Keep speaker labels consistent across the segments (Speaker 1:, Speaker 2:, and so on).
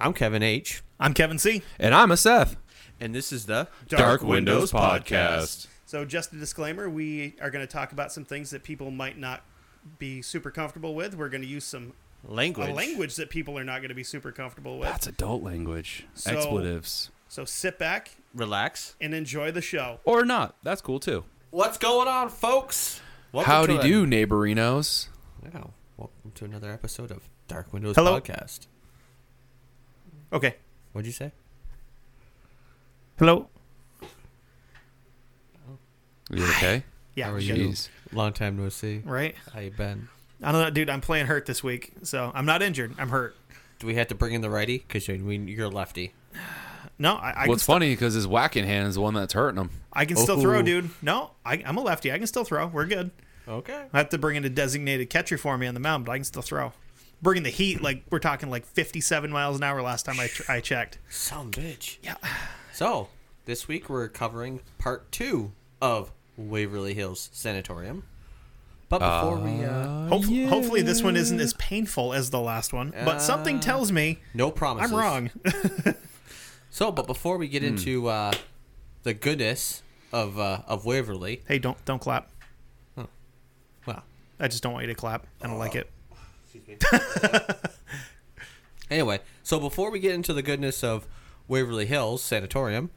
Speaker 1: I'm Kevin H.
Speaker 2: I'm Kevin C.
Speaker 3: And I'm a Seth.
Speaker 1: And this is the
Speaker 2: Dark Windows So, just a disclaimer we are going to talk about some things that people might not be super comfortable with. We're going to use some a
Speaker 1: Language.
Speaker 2: language that people are not going to be super comfortable with.
Speaker 3: That's adult language.
Speaker 2: So-
Speaker 3: Expletives.
Speaker 2: so, sit back
Speaker 1: Relax.
Speaker 2: and enjoy the show.
Speaker 3: Or not. That's cool too.
Speaker 1: What's going on, folks? Welcome
Speaker 3: Howdy
Speaker 1: to
Speaker 3: do, neighborinos.
Speaker 1: an- Wow. Welcome to another episode of Dark Windows
Speaker 2: Hello.
Speaker 1: Podcast.
Speaker 2: Okay.
Speaker 1: What'd you say?
Speaker 2: Hello.
Speaker 3: Are you okay?
Speaker 2: Yeah.
Speaker 1: How are
Speaker 2: good.
Speaker 1: you?
Speaker 3: Jeez.
Speaker 1: Long time no see.
Speaker 2: Right?
Speaker 1: How you been?
Speaker 2: I don't know, dude. I'm playing hurt this week, so I'm not injured. I'm hurt.
Speaker 1: Do we have to bring in the righty? Because you, we- you're a lefty.
Speaker 2: No, I, I,
Speaker 3: Well,
Speaker 2: can,
Speaker 3: it's funny because his whacking hand is the one that's hurting him.
Speaker 2: I can still throw,
Speaker 1: Oh.
Speaker 2: dude. No, I, I'm a lefty. I can still throw. We're good.
Speaker 1: Okay.
Speaker 2: I have to bring in a designated catcher for me on the mound, but I can still throw. Bringing the heat, like we're talking like 57 miles an hour last time I, tr- I checked.
Speaker 1: Some bitch.
Speaker 2: Yeah.
Speaker 1: So, this week we're covering part two of Waverly Hills Sanatorium. But before we. Uh,
Speaker 2: Hope- Hopefully, this one isn't as painful as the last one, but something tells me
Speaker 1: no promises.
Speaker 2: I'm wrong.
Speaker 1: So, but before we
Speaker 2: Hmm.
Speaker 1: get into uh, the goodness of uh, of Waverly,
Speaker 2: hey, don't don't clap.
Speaker 1: well,
Speaker 2: I just don't want you to clap. I don't like it.
Speaker 1: anyway, so before we get into the goodness of Waverly Hills Sanatorium,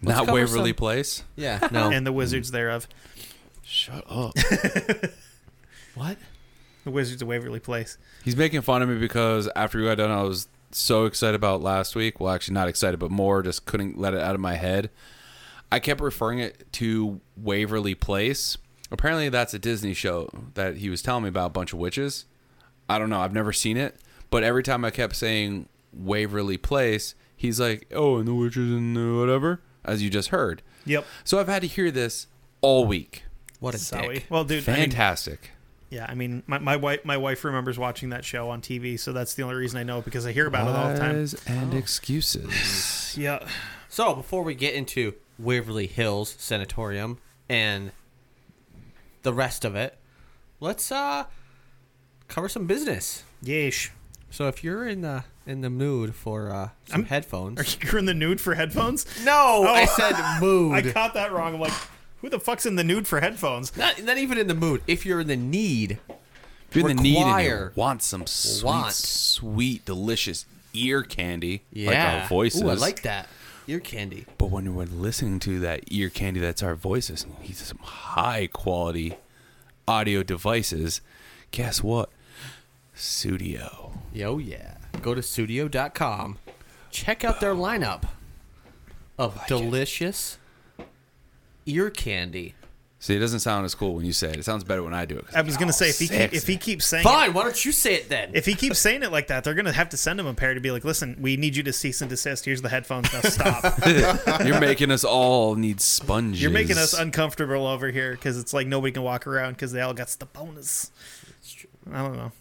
Speaker 3: Not
Speaker 1: cover
Speaker 3: Waverly
Speaker 1: some-
Speaker 3: Place.
Speaker 1: yeah, no,
Speaker 2: And the wizards thereof,
Speaker 3: Shut up.
Speaker 1: what?
Speaker 2: the wizards of Waverly Place.
Speaker 3: He's making fun of me because after we got done, I was so excited about last week. Well, actually, not excited, but more just couldn't let it out of my head. I kept referring it to Waverly Place. Apparently, that's a Disney show that he was telling me about a bunch of witches. I don't know. I've never seen it, but every time I kept saying Waverly Place, he's like, "Oh, and the witches and the whatever," as you just heard.
Speaker 2: Yep.
Speaker 3: So I've had to hear this all week.
Speaker 1: What a
Speaker 2: Sorry.
Speaker 1: dick!
Speaker 2: Well, dude. I mean-
Speaker 3: Fantastic.
Speaker 2: yeah, I mean, my, my wife my wife remembers watching that show on TV, so that's the only reason I know because I hear about it all the time.
Speaker 3: Lies and excuses.
Speaker 2: Yeah.
Speaker 1: So before we get into Waverly Hills Sanatorium and the rest of it, let's uh cover some business.
Speaker 2: Yeesh.
Speaker 1: So if you're in the in the mood for uh, some headphones,
Speaker 2: Are you in the nude for headphones?
Speaker 1: no, I
Speaker 2: Oh.
Speaker 1: said mood.
Speaker 2: I caught that wrong. I'm like, who the fuck's in the nude for headphones?
Speaker 1: not, not even in the mood. If you're in the need,
Speaker 3: You're in the need and you
Speaker 1: Require.
Speaker 3: want some sweet,
Speaker 1: Want.
Speaker 3: sweet, delicious ear candy.
Speaker 1: yeah.
Speaker 3: Like our voices.
Speaker 1: Ooh, I like that. Ear candy.
Speaker 3: But when we're listening to that ear candy, that's our voices. And these are some high quality audio devices. Guess what? Studio.
Speaker 1: Yo, yeah. Go to studio.com. Check out their lineup of delicious ear candy.
Speaker 3: See, it doesn't sound as cool when you say it. It sounds better when I do it. 'cause
Speaker 2: I was gonna say if he keep,
Speaker 3: sexy.
Speaker 2: if he keeps saying it,
Speaker 1: Fine, why don't you say it then?
Speaker 2: if he keeps saying it like that, they're gonna have to send him a pair to be like, listen, we need you to cease and desist. Here's the headphones. Now stop.
Speaker 3: You're making us all need sponges.
Speaker 2: You're making us uncomfortable over here because it's like nobody can walk around because they all got the bonus. I don't know.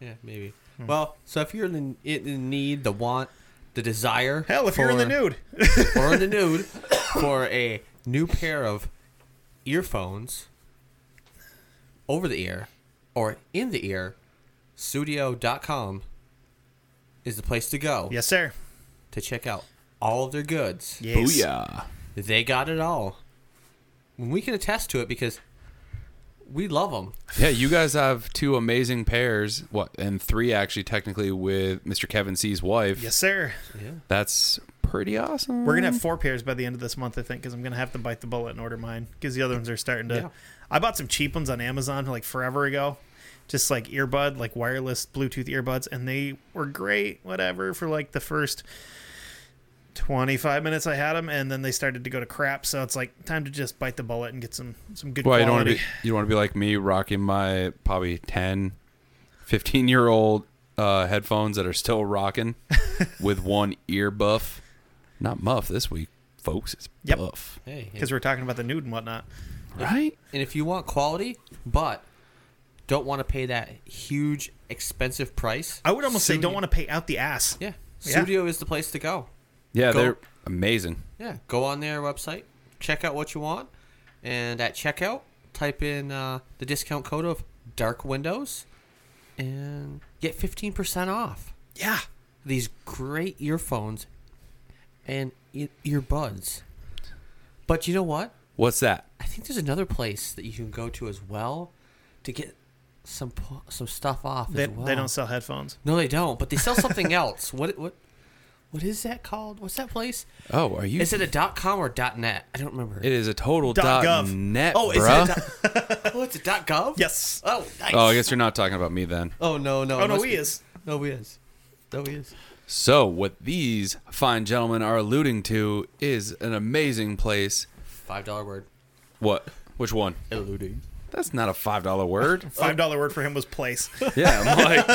Speaker 1: yeah, maybe. Well, so if you're in the, in the need, the want, the desire.
Speaker 2: Hell, if you're in the
Speaker 1: for-
Speaker 2: nude,
Speaker 1: or in the nude for a new pair of earphones over the ear or in the ear, studio.com is the place to go
Speaker 2: yes, sir.
Speaker 1: to check out all of their goods.
Speaker 2: Yes.
Speaker 3: Booyah.
Speaker 1: They got it all. And We can attest to it because we love them.
Speaker 3: Yeah, you guys have two amazing pairs. What and three actually technically with Mr. Kevin C's wife.
Speaker 2: Yes, sir.
Speaker 3: That's pretty awesome.
Speaker 2: We're gonna have four pairs by the end of this month, I think, because I'm gonna have to bite the bullet and order mine because the other ones are starting to.
Speaker 1: Yeah.
Speaker 2: I bought some cheap ones on Amazon like forever ago, just like earbud, like wireless Bluetooth earbuds, and they were great, whatever, for like the first 25 minutes I had them, and then they started to go to crap. So it's like time to just bite the bullet and get some some good
Speaker 3: Well, you don't want to
Speaker 2: quality.
Speaker 3: be you don't want to be like me rocking my probably 10 15 year old uh, headphones that are still rocking with one ear buff. Not muff this week, folks. It's
Speaker 2: Yep.
Speaker 3: buff.
Speaker 1: Hey,
Speaker 2: Because we're talking about the nude and whatnot.
Speaker 3: Right?
Speaker 1: And if you want quality, but don't want to pay that huge, expensive price,
Speaker 2: I would almost say don't want to pay out the ass.
Speaker 1: Yeah,
Speaker 2: Yeah.
Speaker 1: Studio is the place to go.
Speaker 3: Yeah,
Speaker 1: Go-
Speaker 3: they're amazing.
Speaker 1: Yeah, go on their website, check out what you want, and at checkout, type in uh, the discount code of Dark Windows, and get fifteen percent off
Speaker 2: Yeah.
Speaker 1: these great earphones and e- earbuds. But you know what?
Speaker 3: What's that?
Speaker 1: I think there's another place that you can go to as well to get some po- some stuff off
Speaker 2: They,
Speaker 1: as well.
Speaker 2: they don't sell headphones.
Speaker 1: No, they don't. But they sell something else. What what what is that called? What's that place?
Speaker 3: Oh, are you
Speaker 1: Is it a dot com or dot net? I don't remember.
Speaker 3: It is a total
Speaker 2: Dot
Speaker 3: dot,
Speaker 2: gov.
Speaker 3: net,
Speaker 1: oh, is
Speaker 3: bruh.
Speaker 1: it? A dot, oh, it's a dot gov.
Speaker 2: Yes.
Speaker 1: Oh, nice.
Speaker 3: oh, I guess you're not talking about me then.
Speaker 1: Oh no no.
Speaker 2: Oh,
Speaker 1: it
Speaker 2: no,
Speaker 1: must
Speaker 2: we
Speaker 1: be-
Speaker 2: is.
Speaker 1: No we is. No we is.
Speaker 3: So, what these fine gentlemen are alluding to is an amazing place.
Speaker 1: Five dollar word.
Speaker 3: What? Which one?
Speaker 1: Eluding.
Speaker 3: That's not a five dollar word.
Speaker 2: Five dollar word for him was place.
Speaker 3: yeah, I'm like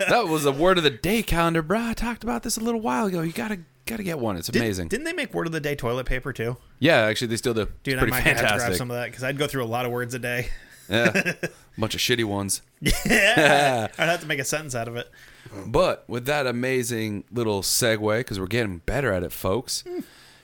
Speaker 3: that was a word of the day calendar, bruh. I talked about this a little while ago. You gotta gotta get one. It's
Speaker 2: Did-
Speaker 3: amazing.
Speaker 2: Didn't they make word of the day toilet paper too?
Speaker 3: yeah, actually, they still do. It's
Speaker 2: Dude, I
Speaker 3: pretty
Speaker 2: might have to grab
Speaker 3: fantastic.
Speaker 2: some of that because I'd go through a lot of words a day.
Speaker 3: yeah, bunch of shitty ones. Uh,
Speaker 2: Yeah, I'd have to make a sentence out of it.
Speaker 3: But with that amazing little segue, because we're getting better at it, folks,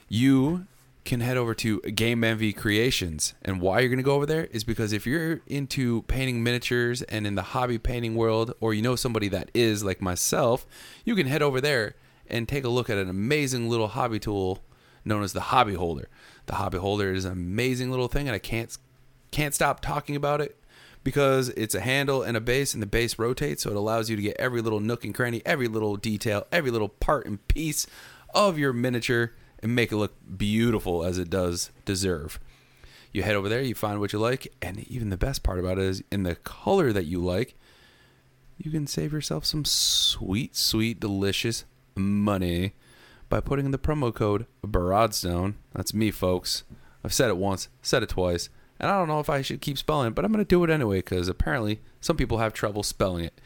Speaker 3: you can head over to Game Envy Creations. And why you're going to go over there is because if you're into painting miniatures and in the hobby painting world, or you know somebody that is like myself, you can head over there and take a look at an amazing little hobby tool known as the Hobby Holder. The Hobby Holder is an amazing little thing, and I can't can't stop talking about it because it's a handle and a base and the base rotates so it allows you to get every little nook and cranny every little detail every little part and piece of your miniature and make it look beautiful as it does deserve you head over there you find what you like and even the best part about it is in the color that you like you can save yourself some sweet sweet delicious money by putting in the promo code Barodstone. That's me, folks. I've said it once, said it twice, and I don't know if I should keep spelling it, but I'm going to do it anyway because apparently some people have trouble spelling it.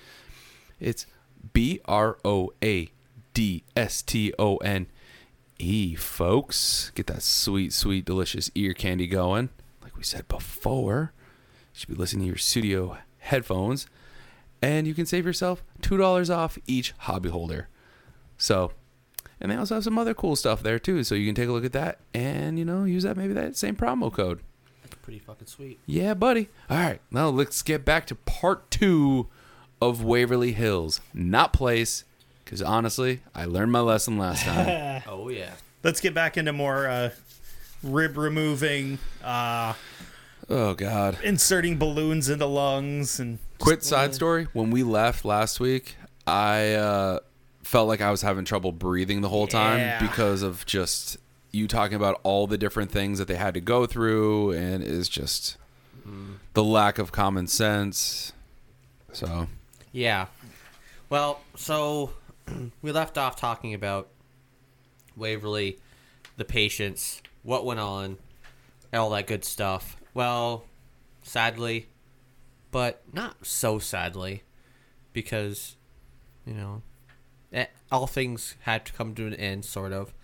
Speaker 3: It's B R O A D S T O N E, folks. Get that sweet, sweet, delicious ear candy going. Like we said before, you should be listening to your studio headphones, and you can save yourself $2 off each hobby holder. So, and they also have some other cool stuff there too. So you can take a look at that and, you know, use that maybe that same promo code.
Speaker 1: That's pretty fucking sweet.
Speaker 3: Yeah, buddy. All right. Now let's get back to part two of Waverly Hills, not place. Because honestly, I learned my lesson last time.
Speaker 1: Oh yeah.
Speaker 2: Let's get back into more uh, rib removing, uh,
Speaker 3: oh, God.
Speaker 2: inserting balloons into lungs, and
Speaker 3: Quick side story. When we left last week, I uh, felt like I was having trouble breathing the whole
Speaker 2: Yeah.
Speaker 3: time because of just you talking about all the different things that they had to go through, and it's just the lack of common sense. So,
Speaker 1: Yeah. Well, so we left off talking about Waverly, the patients, what went on, and all that good stuff. Well, sadly, but not so sadly, because, you know, eh, all things had to come to an end, sort of.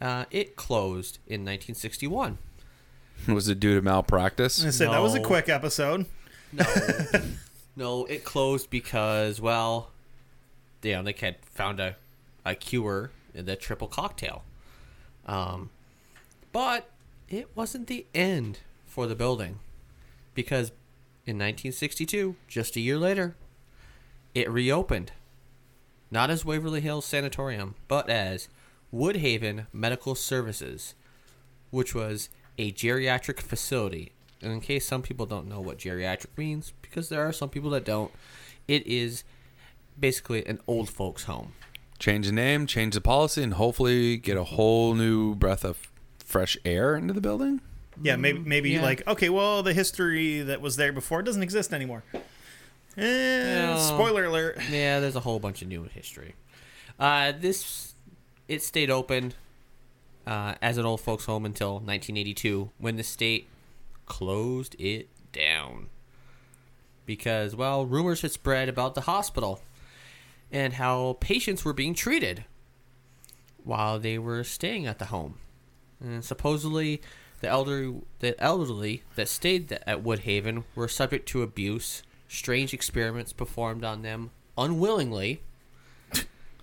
Speaker 1: Uh, it closed in 1961.
Speaker 3: was it due to
Speaker 2: I
Speaker 3: malpractice?
Speaker 2: said that was a
Speaker 1: No.
Speaker 2: quick episode.
Speaker 1: No, no, it closed because well, damn, they had found a, a cure in the triple cocktail. Um, but it wasn't the end for the building, because in 1962, just a year later, it reopened, not as Waverly Hills Sanatorium, but as Woodhaven Medical Services, which was a geriatric facility And in case some people don't know what geriatric means, because there are some people that don't, it is basically an old folks' home.
Speaker 3: Change the name, change the policy, and hopefully get a whole new breath of fresh air into the building.
Speaker 2: Yeah, maybe maybe
Speaker 1: Mm, yeah.
Speaker 2: like okay, well, the history that was there before doesn't exist anymore. Eh, Spoiler alert.
Speaker 1: Yeah, there's a whole bunch of new history. Uh, this it stayed open uh, as an old folks' home until 1982, when the state closed it down because, well, rumors had spread about the hospital and how patients were being treated while they were staying at the home. And supposedly, the elderly, the elderly that stayed th- at Woodhaven were subject to abuse, strange experiments performed on them unwillingly,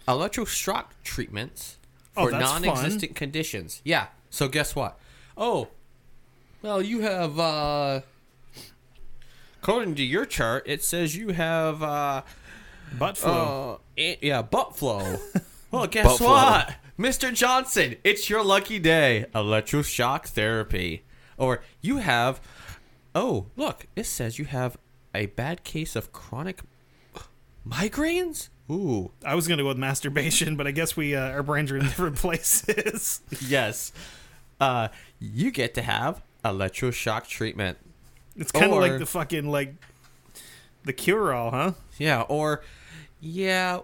Speaker 1: electroshock treatments
Speaker 2: Oh,
Speaker 1: for
Speaker 2: that's fun.
Speaker 1: non-existent conditions. Yeah. So guess what? Oh, well, you have. uh According to your chart, it says you have. uh
Speaker 2: Butt flu.
Speaker 1: uh, eh, yeah, butt flow. well, guess
Speaker 3: Butt flow.
Speaker 1: what, Mr. Johnson? It's your lucky day. Electroshock therapy, or you have. Oh, look! It says you have a bad case of chronic migraines. Ooh,
Speaker 2: I was gonna go with masturbation, but I guess we uh, our brains are in different places.
Speaker 1: yes. Uh, you get to have electroshock treatment.
Speaker 2: It's kind of like
Speaker 1: Or-
Speaker 2: the fucking like the cure all, huh?
Speaker 1: Yeah, or yeah,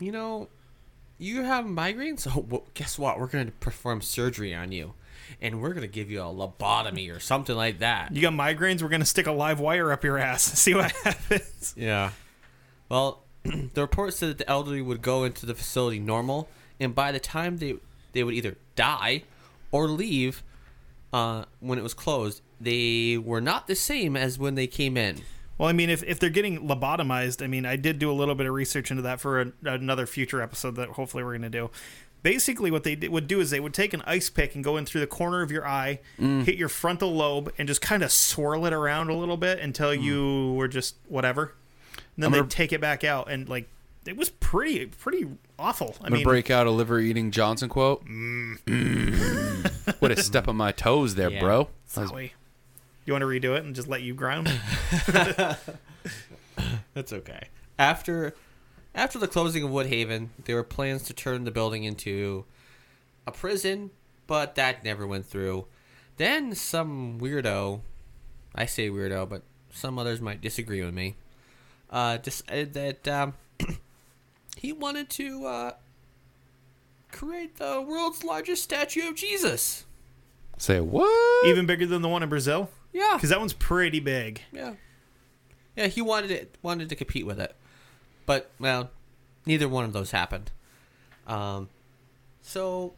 Speaker 1: you know, you have migraines. So well, guess what? We're going to perform surgery on you, and we're going to give you a lobotomy or something like that.
Speaker 2: You got migraines? We're gonna stick a live wire up your ass. See what happens.
Speaker 1: Yeah. Well, the report said that the elderly would go into the facility normal, and by the time they they would either die or leave uh, when it was closed, they were not the same as when they came in.
Speaker 2: Well, I mean, if, if they're getting lobotomized, I mean, I did do a little bit of research into that for a, another future episode that hopefully we're gonna do. Basically, what they did, would do is they would take an ice pick and go in through the corner of your eye,
Speaker 3: Mm.
Speaker 2: hit your frontal lobe, and just kind of swirl it around a little bit until you were just whatever. And then
Speaker 3: Mm. I'm
Speaker 2: they
Speaker 3: gonna-
Speaker 2: would take it back out, and like it was pretty pretty awful. I
Speaker 3: I'm
Speaker 2: mean,
Speaker 3: gonna break out a liver eating Johnson quote. what a step on my toes there,
Speaker 1: Yeah.
Speaker 3: bro.
Speaker 2: Zowie. You want to redo it and just let you ground?
Speaker 1: That's okay. After after the closing of Woodhaven, there were plans to turn the building into a prison, but that never went through. Then some weirdo, I say weirdo, but some others might disagree with me, uh, decided that um, he wanted to uh, create the world's largest statue of Jesus.
Speaker 3: Say what?
Speaker 2: Even bigger than the one in Brazil?
Speaker 1: Yeah,
Speaker 2: Because that one's pretty big.
Speaker 1: Yeah. Yeah, he wanted it wanted to compete with it. But well, neither one of those happened. Um so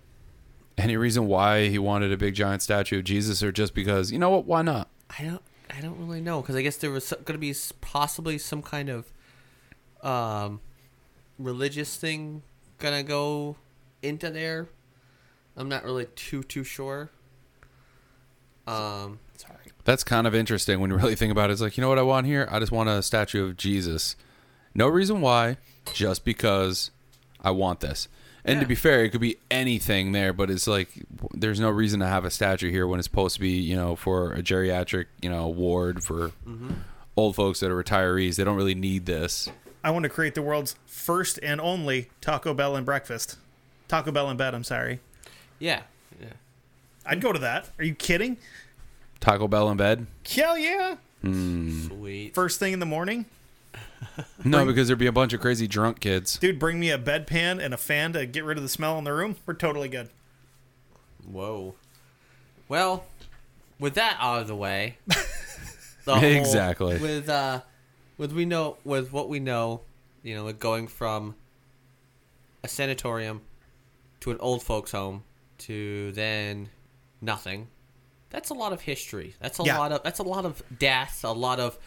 Speaker 3: Any reason why he wanted a big giant statue of Jesus, or just because you know what? Why not?
Speaker 1: I don't I don't really know cuz I guess there was going to be s- possibly some kind of um religious thing going to go into there. I'm not really too too sure. Um
Speaker 3: That's kind of interesting when you really think about it. It's like, you know what I want here? I just want a statue of Jesus. No reason why, just because I want this. And to
Speaker 1: Yeah.
Speaker 3: be fair, it could be anything there, but it's like w- there's no reason to have a statue here when it's supposed to be, you know, for a geriatric, you know, ward for old folks that are retirees. They don't really need this.
Speaker 2: I want to create the world's first and only Taco Bell and breakfast. Taco Bell and bed, I'm sorry.
Speaker 1: yeah. Yeah.
Speaker 2: I'd go to that. Are you kidding?
Speaker 3: Taco Bell in bed?
Speaker 2: Hell yeah.
Speaker 1: Sweet.
Speaker 2: First thing in the morning?
Speaker 3: No, because there'd be a bunch of crazy drunk kids.
Speaker 2: Dude, bring me a bedpan and a fan to get rid of the smell in the room. We're totally good.
Speaker 1: Whoa. Well, with that out of the way, the whole-
Speaker 3: Exactly.
Speaker 1: with uh, with we know with what we know, you know, with going from a sanatorium to an old folks' home to then nothing. That's a lot of history. That's a
Speaker 2: Yeah.
Speaker 1: lot of that's a lot of death. A lot of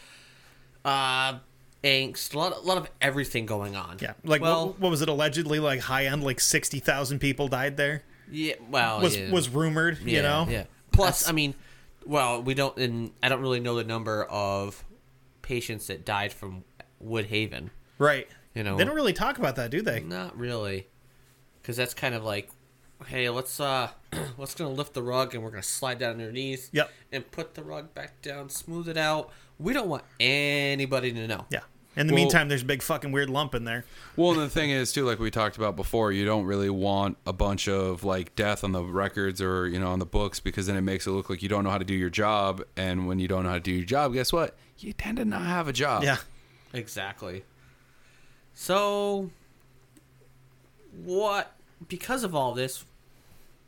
Speaker 1: uh, angst. A lot, a lot of everything going on.
Speaker 2: Yeah. Like,
Speaker 1: well,
Speaker 2: what, what was it allegedly? Like, high end, like 60,000 people died there?
Speaker 1: yeah, well,
Speaker 2: Was
Speaker 1: Oh, yeah.
Speaker 2: was rumored, you know?
Speaker 1: Yeah. Plus,
Speaker 2: That's-
Speaker 1: I mean, well, we don't, and I don't really know the number of patients that died from Woodhaven.
Speaker 2: Right.
Speaker 1: You know.
Speaker 2: They don't really talk about that, do they?
Speaker 1: Not really, because that's kind of like hey, let's uh, let's gonna lift the rug and we're gonna slide down on your knees.
Speaker 2: Yep.
Speaker 1: And put the rug back down, smooth it out. We don't want anybody to know.
Speaker 2: Yeah. In the
Speaker 3: Well-
Speaker 2: meantime, there's a big fucking weird lump in there.
Speaker 3: Well, and the thing is too, like we talked about before, you don't really want a bunch of like death on the records or you know on the books because then it makes it look like you don't know how to do your job. And when you don't know how to do your job, guess what? You tend to not have a
Speaker 1: Oh.
Speaker 3: job.
Speaker 2: Yeah.
Speaker 1: Exactly. So, what? Because of all this,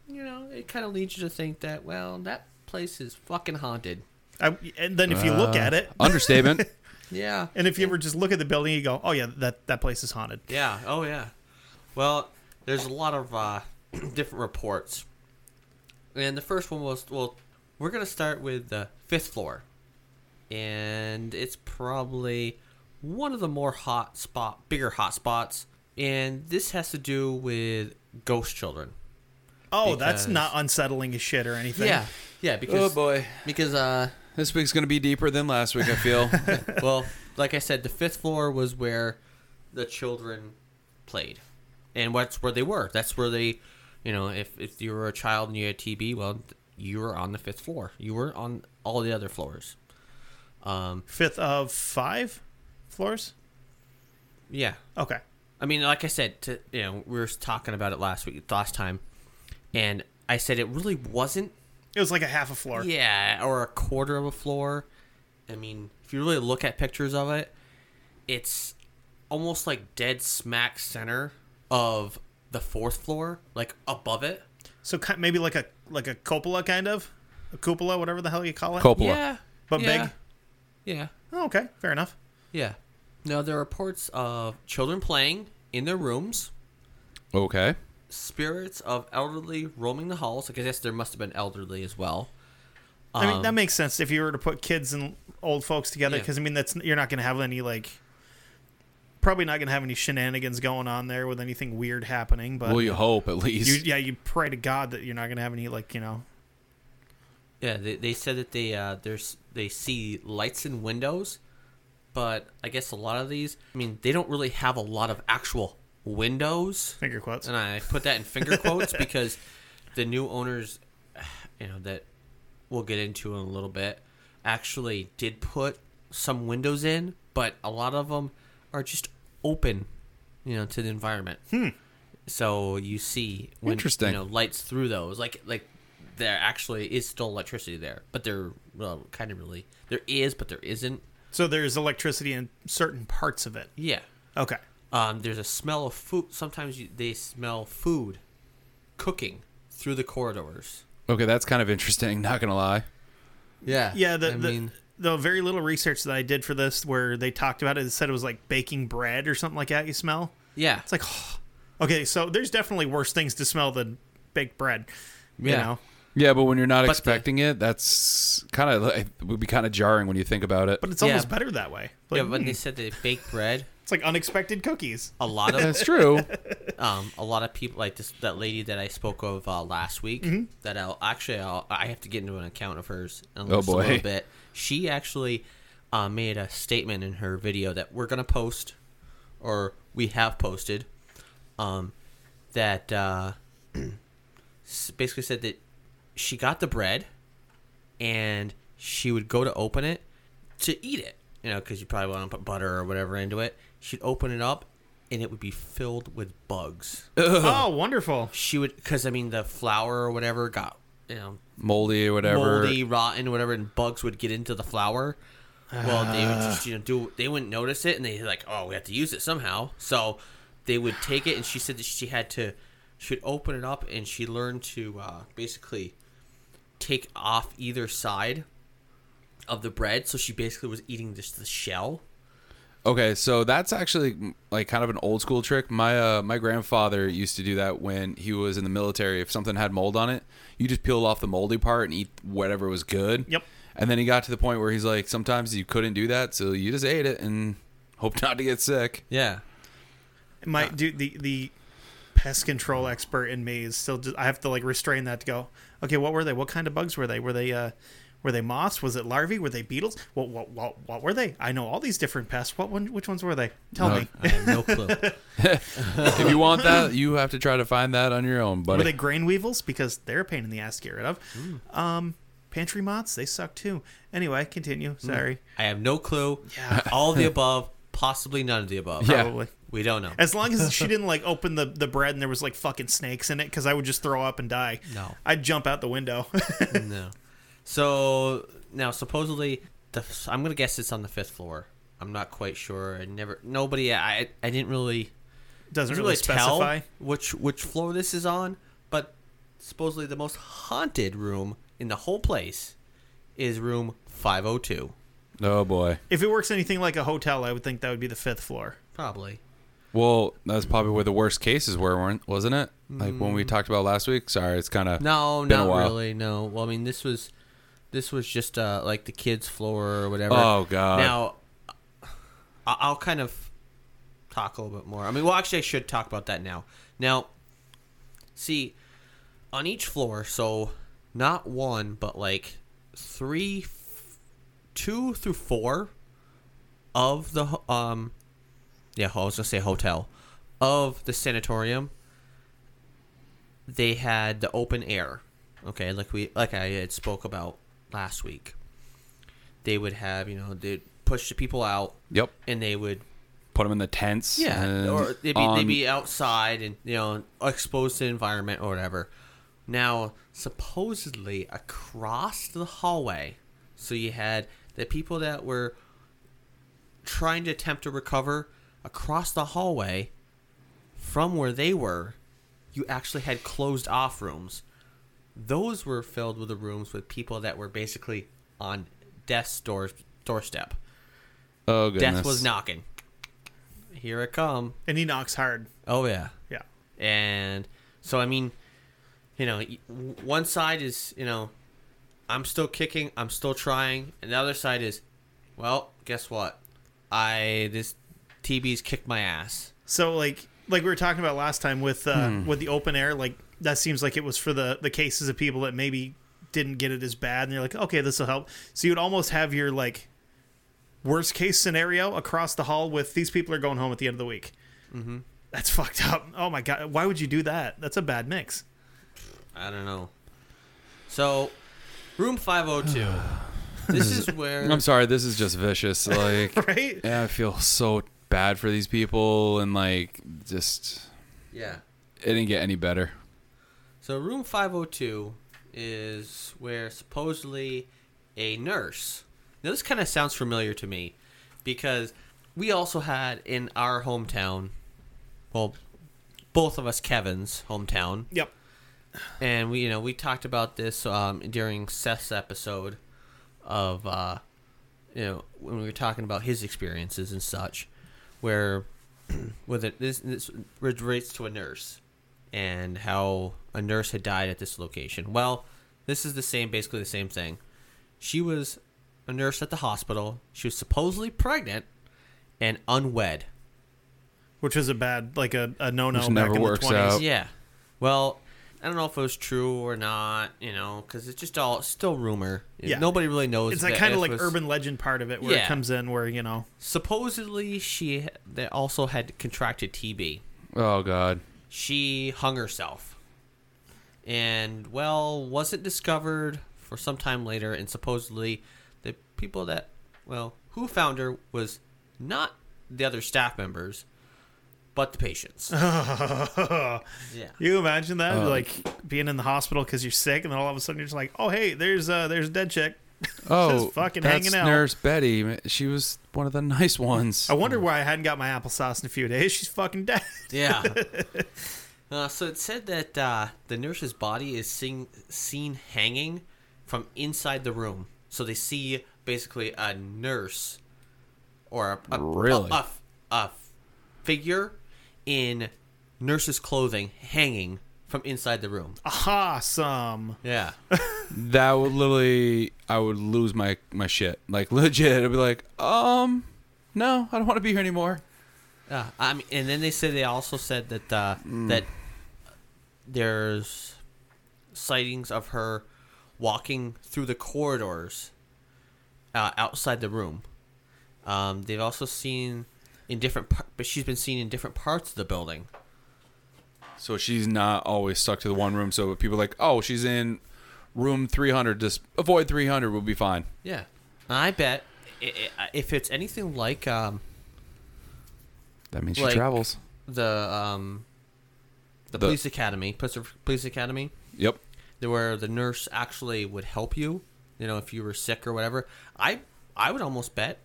Speaker 1: you know, it kind of leads you to think that well, that place is fucking haunted.
Speaker 2: I, and then if you look
Speaker 1: Uh,
Speaker 2: at it,
Speaker 3: Understatement.
Speaker 1: Yeah.
Speaker 2: and if you ever just look at the building, you go, oh, yeah, that, that place is haunted.
Speaker 1: Yeah. Oh, yeah. Well, there's a lot of uh, different reports, and the first one was well, we're gonna start with the fifth floor, and it's probably one of the more hot spot, bigger hot spots, and this has to do with ghost children.
Speaker 2: Oh, that's
Speaker 1: Because-
Speaker 2: not unsettling as shit or anything.
Speaker 1: Yeah. Yeah. Because
Speaker 3: oh boy,
Speaker 1: because uh.
Speaker 3: this week's gonna be deeper than last week. I feel.
Speaker 1: well, like I said, the fifth floor was where the children played, and that's where they were. That's where they, you know, if if you were a child and you had TB, well, you were on the fifth floor. You were on all the other floors. Um,
Speaker 2: Fifth of five floors?
Speaker 1: yeah,
Speaker 2: Okay.
Speaker 1: I mean, like I said, to, you know, we were talking about it last week, last time, and I said it really wasn't
Speaker 2: It was like a half a floor.
Speaker 1: Yeah, or a quarter of a floor. I mean, if you really look at pictures of it, it's almost like dead smack center of the fourth floor, like above it.
Speaker 2: So ki- maybe like a like a cupola kind of? A cupola, whatever the hell you call it.
Speaker 3: Coppola.
Speaker 1: Yeah.
Speaker 2: But
Speaker 1: yeah,
Speaker 2: big?
Speaker 1: Yeah.
Speaker 2: Oh, okay. Fair enough.
Speaker 1: Yeah. Now, there are reports of children playing in their rooms,
Speaker 3: Okay.
Speaker 1: spirits of elderly roaming the halls. I guess there must have been elderly as well.
Speaker 2: I mean, that makes sense if you were to put kids and old folks
Speaker 1: Um,
Speaker 2: together,
Speaker 1: Yeah.
Speaker 2: because I mean, that's you're not going to have any like, probably not going to have any shenanigans going on there with anything weird happening. But
Speaker 3: Well, you hope at
Speaker 2: you,
Speaker 3: least.
Speaker 2: yeah, you pray to God that you're not going to have any like you know.
Speaker 1: Yeah, they, they said that they uh, there's they see lights in windows, but I guess a lot of these, I mean, they don't really have a lot of actual windows,
Speaker 2: Finger quotes.
Speaker 1: and I put that in finger quotes because the new owners, you know, that we'll get into in a little bit, actually did put some windows in, but a lot of them are just open, you know, to the environment. So you see when
Speaker 3: Interesting.
Speaker 1: you know lights through those, like like there actually is still electricity there, but there well, kind of really there is, but there isn't.
Speaker 2: So there's electricity in certain parts of it.
Speaker 1: Yeah.
Speaker 2: Okay.
Speaker 1: Um, there's a smell of food. Sometimes you, they smell food cooking through the corridors.
Speaker 3: Okay, that's kind of interesting. Not gonna lie.
Speaker 1: Yeah.
Speaker 2: Yeah. The,
Speaker 1: I
Speaker 2: the,
Speaker 1: mean,
Speaker 2: the very little research that I did for this, where they talked about it, it said it was like baking bread or something like that. You smell.
Speaker 1: yeah.
Speaker 2: It's like, okay, so there's definitely worse things to smell than baked bread. You
Speaker 1: Yeah.
Speaker 2: know?
Speaker 3: Yeah, but when you're not
Speaker 1: the-
Speaker 3: expecting it, that's kind of like, it would be kind of jarring when you think about it.
Speaker 2: But it's
Speaker 1: Yeah.
Speaker 2: almost better that way. Like,
Speaker 1: yeah, but they said they bake bread.
Speaker 2: It's like unexpected cookies.
Speaker 1: A lot of
Speaker 3: That's true.
Speaker 1: um, a lot of people like this that lady that I spoke of uh, last week that I'll actually I'll, I have to get into an account of hers in
Speaker 3: Oh,
Speaker 1: just a
Speaker 3: boy.
Speaker 1: little bit. She actually uh, made a statement in her video that we're gonna post or we have posted um, that uh, s- basically said that she got the bread and she would go to open it to eat it, you know, because you probably want to put butter or whatever into it. She'd open it up, and it would be filled with bugs.
Speaker 2: Oh, wonderful.
Speaker 1: She would, because I mean, the flour or whatever got you know
Speaker 3: Moldy or whatever.
Speaker 1: moldy, rotten, whatever, and bugs would get into the flour. Well, they would just you know do they wouldn't notice it, and they like, oh, we have to use it somehow. So they would take it, and she said that she had to she would open it up, and she learned to uh, basically take off either side of the bread. So she basically was eating just the shell.
Speaker 3: Okay, so that's actually mm, like kind of an old school trick. My uh, my grandfather used to do that when he was in the military. If something had mold on it, you just peel off the moldy part and eat whatever was good.
Speaker 2: Yep.
Speaker 3: And then he got to the point where he's like, sometimes you couldn't do that, so you just ate it and hoped not to get sick.
Speaker 1: Yeah,
Speaker 2: My dude, the the pest control expert in me is still. Just, I have to like restrain that to go. Okay, what were they? What kind of bugs were they? Were they uh, Were they moths? Was it larvae? Were they beetles? What what what, what were they? I know all these different pests. What one? Which ones were they? Tell
Speaker 3: No.
Speaker 2: me.
Speaker 4: I have no clue.
Speaker 3: if you want that, you have to try to find that on your own,
Speaker 2: Were
Speaker 3: buddy.
Speaker 2: they grain weevils? Because they're a pain in the ass to get rid of. Um, pantry moths, they suck too. Anyway, continue.
Speaker 1: Hmm.
Speaker 2: Sorry.
Speaker 1: I have no clue.
Speaker 2: Yeah.
Speaker 1: All of the above, possibly none of the above.
Speaker 3: Yeah.
Speaker 2: Probably.
Speaker 1: We don't know.
Speaker 2: As long as she didn't like open the, the bread and there was like fucking snakes in it, because I would just throw up and die.
Speaker 1: No.
Speaker 2: I'd jump out the window.
Speaker 1: no. So now supposedly the f- I'm gonna guess it's on the fifth floor. I'm not quite sure. I never nobody I I didn't really
Speaker 2: Doesn't
Speaker 1: didn't
Speaker 2: really specify.
Speaker 1: tell which which floor this is on, but supposedly the most haunted room in the whole place is room 502.
Speaker 3: oh boy.
Speaker 2: If it works anything like a hotel, I would think that would be the fifth floor.
Speaker 1: Probably.
Speaker 3: Well, that's probably where the worst cases were, weren't wasn't it? Like when we talked about last week. Sorry, it's kind of
Speaker 1: No,
Speaker 3: been a
Speaker 1: not
Speaker 3: while.
Speaker 1: really. No. Well, I mean, this was this was just uh, like the kids' floor or whatever.
Speaker 3: Oh, God.
Speaker 1: Now, I- I'll kind of talk a little bit more. I mean, well, actually, I should talk about that now. Now, see, on each floor, so not one, but like three, f- two through four of the ho- um, yeah, I was gonna say hotel of the sanatorium they had the open air. Okay, like we like I had spoke about last week. They would have, you know, they'd push the people out
Speaker 3: Yep.
Speaker 1: and they would
Speaker 3: Put them in the tents. and
Speaker 1: or they'd be
Speaker 3: on-
Speaker 1: they'd be outside and you know, exposed to the environment or whatever. Now, supposedly across the hallway, so you had the people that were trying to attempt to recover across the hallway from where they were, you actually had closed off rooms. Those were filled with the rooms with people that were basically on death's door, doorstep.
Speaker 3: Oh goodness.
Speaker 1: Death was knocking. Here it come.
Speaker 2: And he knocks hard.
Speaker 1: Oh yeah.
Speaker 2: Yeah.
Speaker 1: And so I mean, you know, y- w- one side is you know, I'm still kicking, I'm still trying, and the other side is, well, guess what? I this TB's kicked my ass.
Speaker 2: So like like we were talking about last time with uh,
Speaker 3: Hmm.
Speaker 2: with the open air, like that seems like it was for the the cases of people that maybe didn't get it as bad, and you're like, okay, this will help. So you'd almost have your like worst case scenario across the hall with these people are going home at the end of the week. Mm-hmm. That's fucked up. Oh my god, why would you do that? That's a bad mix.
Speaker 1: I don't know. So, room 502. this is where
Speaker 3: I'm sorry. This is just vicious. Like,
Speaker 2: Right?
Speaker 3: yeah, I feel so bad for these people, and like, just
Speaker 1: yeah.
Speaker 3: it didn't get any better.
Speaker 1: So room 502 is where supposedly a nurse. Now this kind of sounds familiar to me because we also had in our hometown, well, both of us Kevin's hometown,
Speaker 2: Yep.
Speaker 1: and we you know we talked about this um, during Seth's episode of uh, you know when we were talking about his experiences and such, where with it this this relates to a nurse and how a nurse had died at this location. Well, this is the same basically the same thing. She was a nurse at the hospital. She was supposedly pregnant and unwed.
Speaker 2: Which was a bad like a, a no no
Speaker 3: Which
Speaker 2: back
Speaker 3: never
Speaker 2: in
Speaker 3: works
Speaker 2: the 20s.
Speaker 3: out.
Speaker 1: Yeah. Well, I don't know if it was true or not, you know, because it's just all it's still rumor.
Speaker 2: Yeah.
Speaker 1: Nobody really knows.
Speaker 2: It's that
Speaker 1: that
Speaker 2: kind
Speaker 1: it
Speaker 2: of like
Speaker 1: was-
Speaker 2: urban legend part of it where it
Speaker 1: Yeah.
Speaker 2: comes in where, you know,
Speaker 1: Supposedly, she they also had contracted TB.
Speaker 3: Oh god.
Speaker 1: She hung herself, and well, wasn't discovered for some time later. And supposedly, the people that well who found her was not the other staff members, but the patients. yeah.
Speaker 2: You imagine that,
Speaker 1: Oh.
Speaker 2: like being in the hospital because you're sick, and then all of a sudden you're just like, "Oh, hey, there's uh, there's a dead chick."
Speaker 3: Oh,
Speaker 2: fucking
Speaker 3: that's
Speaker 2: hanging out.
Speaker 3: Nurse Betty. man, She was one of the nice ones.
Speaker 2: I wonder why I hadn't got my applesauce in a few days. She's fucking dead.
Speaker 1: Yeah. uh, so it said that uh, the nurse's body is seen, seen hanging from inside the room. So they see basically a nurse or a, a,
Speaker 3: Really?
Speaker 1: a, a, a figure in nurse's clothing hanging from inside the room.
Speaker 2: Ah. awesome.
Speaker 1: Yeah.
Speaker 3: That would literally, I would lose my my shit. Like legit, I'd be like, um, no, I don't want to be here anymore.
Speaker 1: Yeah, I mean, and then they said they also said that uh, that there's sightings of her walking through the corridors uh, outside the room. Um, they've also seen in different, par- but she's been seen in different parts of the building.
Speaker 3: So she's not always stuck to the one room. So people are like, oh, she's in room 300. Just avoid 300. We'll be fine.
Speaker 1: Yeah, and I bet i- i- if it's anything like um,
Speaker 3: That means she
Speaker 1: Like-
Speaker 3: travels.
Speaker 1: the um, the,
Speaker 3: The-
Speaker 1: police academy, Pittsburgh police academy,
Speaker 3: Yep.
Speaker 1: there where the nurse actually would help you, you know, if you were sick or whatever. I I would almost bet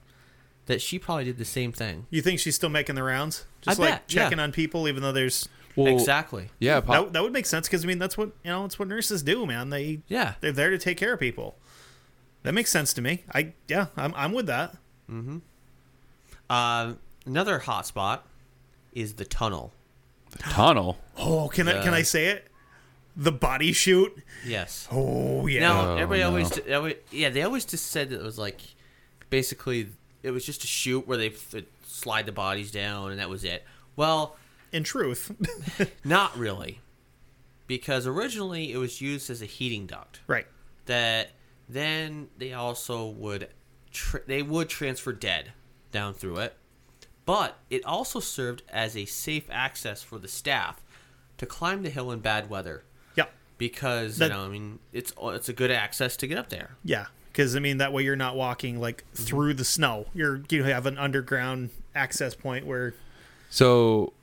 Speaker 1: that she probably did the same thing.
Speaker 2: You think she's still making the rounds? Just
Speaker 1: I
Speaker 2: like
Speaker 1: bet, yeah.
Speaker 2: checking on people, even though there's
Speaker 3: Well,
Speaker 1: exactly.
Speaker 3: Yeah.
Speaker 2: that,
Speaker 3: Pop-
Speaker 2: that would make sense because I mean that's what you know that's what nurses do, man. They
Speaker 1: Yeah.
Speaker 2: they're there to take care of people. That makes sense to me. I yeah, I'm I'm with that.
Speaker 1: Um, another hot spot is the tunnel.
Speaker 3: tunnel.
Speaker 2: Oh, can I can
Speaker 1: Yeah.
Speaker 2: I say it? The body shoot.
Speaker 1: Yes.
Speaker 2: Oh yeah.
Speaker 1: Now
Speaker 3: Oh,
Speaker 1: everybody
Speaker 3: no.
Speaker 1: always, they always- yeah, they always just said that it was like, basically, it was just a shoot where they f- slide the bodies down and that was it. Well,
Speaker 2: In truth,
Speaker 1: not really, because originally it was used as a heating duct.
Speaker 2: right.
Speaker 1: That then they also would, tr they would transfer dead down through it, but it also served as a safe access for the staff to climb the hill in bad weather.
Speaker 2: Yeah.
Speaker 1: because
Speaker 2: That-
Speaker 1: you know, I mean, it's it's a good access to get up there.
Speaker 2: Yeah. Because I mean that way you're not walking like through the snow. You're you have an underground access point where
Speaker 3: So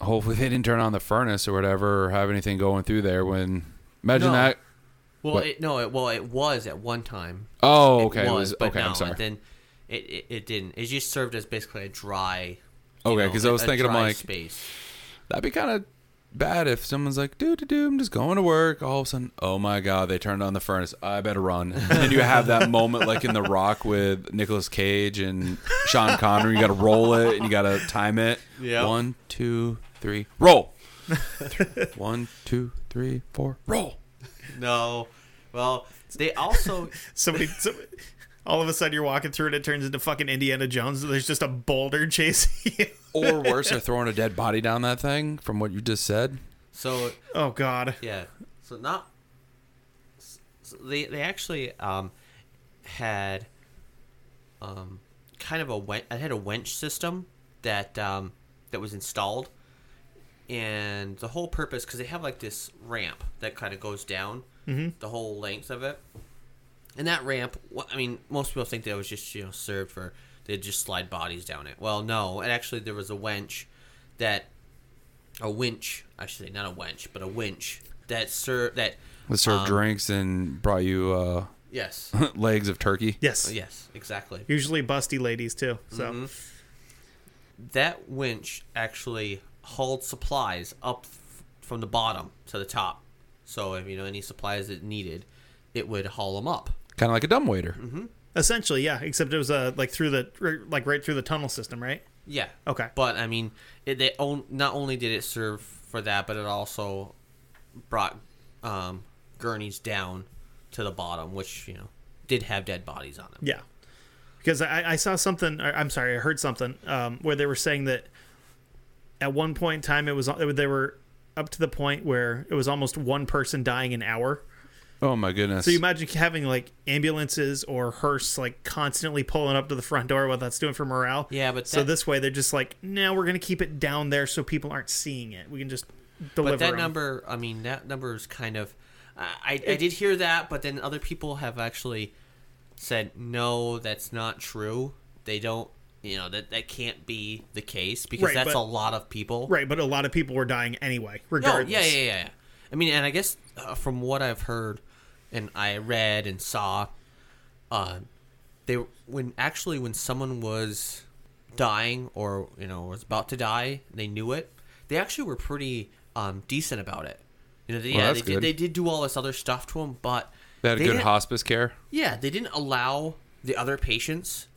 Speaker 3: hopefully they didn't turn on the furnace or whatever or have anything going through there when. Imagine
Speaker 1: No.
Speaker 3: that.
Speaker 1: Well,
Speaker 3: What?
Speaker 1: it, no, it, well, it was at one time.
Speaker 3: Oh,
Speaker 1: It
Speaker 3: okay. It was,
Speaker 1: but
Speaker 3: okay,
Speaker 1: no,
Speaker 3: I'm sorry.
Speaker 1: Then it, it, it didn't. It just served as basically a dry. you
Speaker 3: Okay,
Speaker 1: know,
Speaker 3: 'cause I was
Speaker 1: a
Speaker 3: thinking, I'm
Speaker 1: dry
Speaker 3: like-
Speaker 1: space.
Speaker 3: That'd be kind of bad if someone's like, "Do do do, I'm just going to work." All of a sudden, oh my god, they turned on the furnace. I better run. And then you have that moment like in The Rock with Nicolas Cage and Sean Connery. You got to roll it and you got to time it.
Speaker 1: Yeah.
Speaker 3: One, two, three, roll. One, two, three, four, roll.
Speaker 1: No, well, they also
Speaker 2: somebody some, all of a sudden you're walking through it it turns into fucking indiana jones and there's just a boulder chasing you
Speaker 3: Or worse, they're throwing a dead body down that thing. From what you just said,
Speaker 1: so
Speaker 2: oh god
Speaker 1: yeah, so not. So they they actually um, had um, kind of a wen- I had a wench system that um, that was installed, and the whole purpose because they have like this ramp that kind of goes down the whole length of it, and that ramp. wh- I mean, most people think that it was just you know served for they just slide bodies down it. Well, no, and actually there was a wench that a winch I should say not a wench but a winch that ser that
Speaker 3: they served
Speaker 2: Um,
Speaker 3: drinks and brought you uh,
Speaker 1: yes
Speaker 3: legs of turkey.
Speaker 2: yes
Speaker 1: yes exactly
Speaker 2: usually busty ladies too so
Speaker 1: that winch actually hauled supplies up f- from the bottom to the top. So if you know any supplies that needed, it would haul them up.
Speaker 3: Kind of like a dumbwaiter.
Speaker 2: Mm-hmm. essentially yeah except it was uh, like through the r- like right through the tunnel system right
Speaker 1: Yeah.
Speaker 2: Okay.
Speaker 1: But I mean, it, they on, not only did it serve for that, but it also brought um, gurneys down to the bottom, which you know did have dead bodies on them.
Speaker 2: yeah because i, I saw something or, i'm sorry i heard something um, where they were saying that at one point in time it was they were up to the point where it was almost one person dying an hour
Speaker 3: Oh my goodness.
Speaker 2: So you imagine having like ambulances or hearse like constantly pulling up to the front door, what that's doing for morale.
Speaker 1: Yeah, but
Speaker 2: so
Speaker 1: that-
Speaker 2: this way they're just like, no, we're gonna keep it down there so people aren't seeing it. We can just deliver.
Speaker 1: But that
Speaker 2: 'em."
Speaker 1: number, I mean, that number is kind of. I, I I did hear that, but then other people have actually said no, that's not true. They don't, you know, that that can't be the case because
Speaker 2: Right,
Speaker 1: that's
Speaker 2: but-
Speaker 1: a lot of people.
Speaker 2: right? But a lot of people were dying anyway,
Speaker 1: No,
Speaker 2: regardless.
Speaker 1: Oh, yeah, yeah, yeah, yeah. I mean, and I guess uh, from what I've heard and I read and saw, uh, they when actually when someone was dying or you know was about to die, they knew it. They actually were pretty um, decent about it. You know, they, yeah,
Speaker 3: that's
Speaker 1: they did,
Speaker 3: good.
Speaker 1: they did do all this other stuff to him, but
Speaker 3: they had a good
Speaker 1: didn't-
Speaker 3: hospice care.
Speaker 1: Yeah, they didn't allow the other patients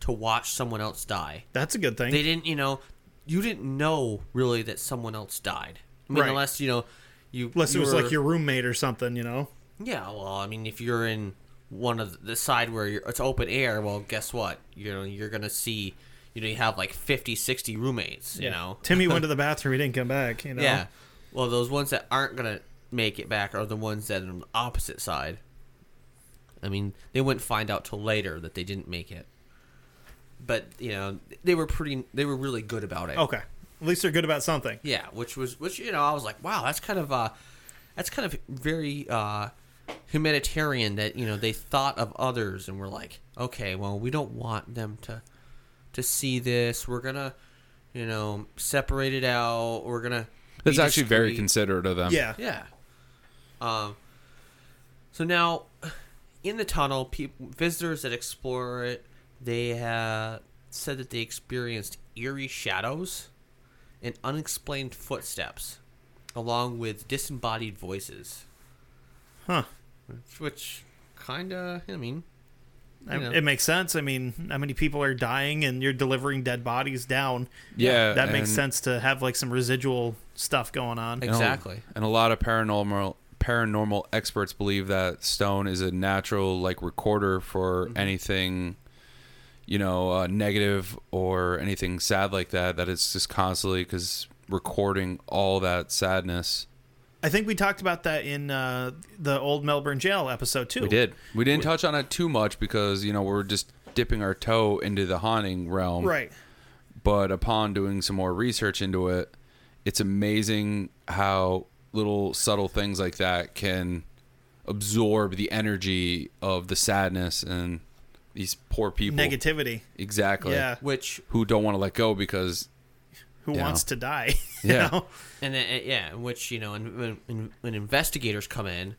Speaker 1: to watch someone else die
Speaker 2: That's a good thing.
Speaker 1: they didn't you know you didn't know really that someone else died I mean,
Speaker 2: Right.
Speaker 1: unless you know you
Speaker 2: Unless
Speaker 1: you
Speaker 2: it was
Speaker 1: were-
Speaker 2: like your roommate or something, you know.
Speaker 1: yeah well i mean if you're in one of the side where you're, it's open air well guess what you know you're gonna see you know you have like 50 60 roommates you know
Speaker 2: Timmy went to the bathroom. He didn't come back. You know.
Speaker 1: yeah well those ones that aren't gonna make it back are the ones that are on the opposite side I mean, they wouldn't find out till later that they didn't make it. But you know, they were pretty. They were really good about it.
Speaker 2: Okay. At least they're good about something.
Speaker 1: Yeah, which was which you know I was like, wow, that's kind of uh, that's kind of very uh, humanitarian that you know they thought of others and were like, okay, well we don't want them to to see this. We're gonna you know separate it out. We're gonna. be
Speaker 3: That's actually very
Speaker 1: discreet."
Speaker 3: considerate of them.
Speaker 2: Yeah.
Speaker 1: Yeah. Um. So now, in the tunnel, peop visitors that explore it, they uh, said that they experienced eerie shadows and unexplained footsteps, along with disembodied voices.
Speaker 2: Huh.
Speaker 1: Which, which kind of, I mean,
Speaker 2: I-
Speaker 1: You know.
Speaker 2: It makes sense. I mean, how many people are dying and you're delivering dead bodies down?
Speaker 3: Yeah,
Speaker 2: That makes
Speaker 3: and-
Speaker 2: sense to have like some residual stuff going on.
Speaker 1: Ex-
Speaker 3: And a-
Speaker 1: Exactly.
Speaker 3: And a lot of paranormal paranormal experts believe that stone is a natural like recorder for
Speaker 2: Mm-hmm.
Speaker 3: anything you know uh, negative or anything sad like that that it's just constantly cuz recording all that sadness.
Speaker 2: I think we talked about that in uh, the old Melbourne jail episode too.
Speaker 3: We did. We didn't touch on it too much because you know we're just dipping our toe into the haunting realm.
Speaker 2: Right.
Speaker 3: but upon doing some more research into it, it's amazing how little subtle things like that can absorb the energy of the sadness and these poor people.
Speaker 2: Negativity.
Speaker 3: Exactly.
Speaker 2: Yeah.
Speaker 1: which
Speaker 3: Who don't want to let go because
Speaker 2: Who
Speaker 3: Yeah.
Speaker 2: wants to die? you
Speaker 3: Yeah.
Speaker 2: know?
Speaker 1: and then, uh, yeah, in which you know, and when, when- when investigators come in,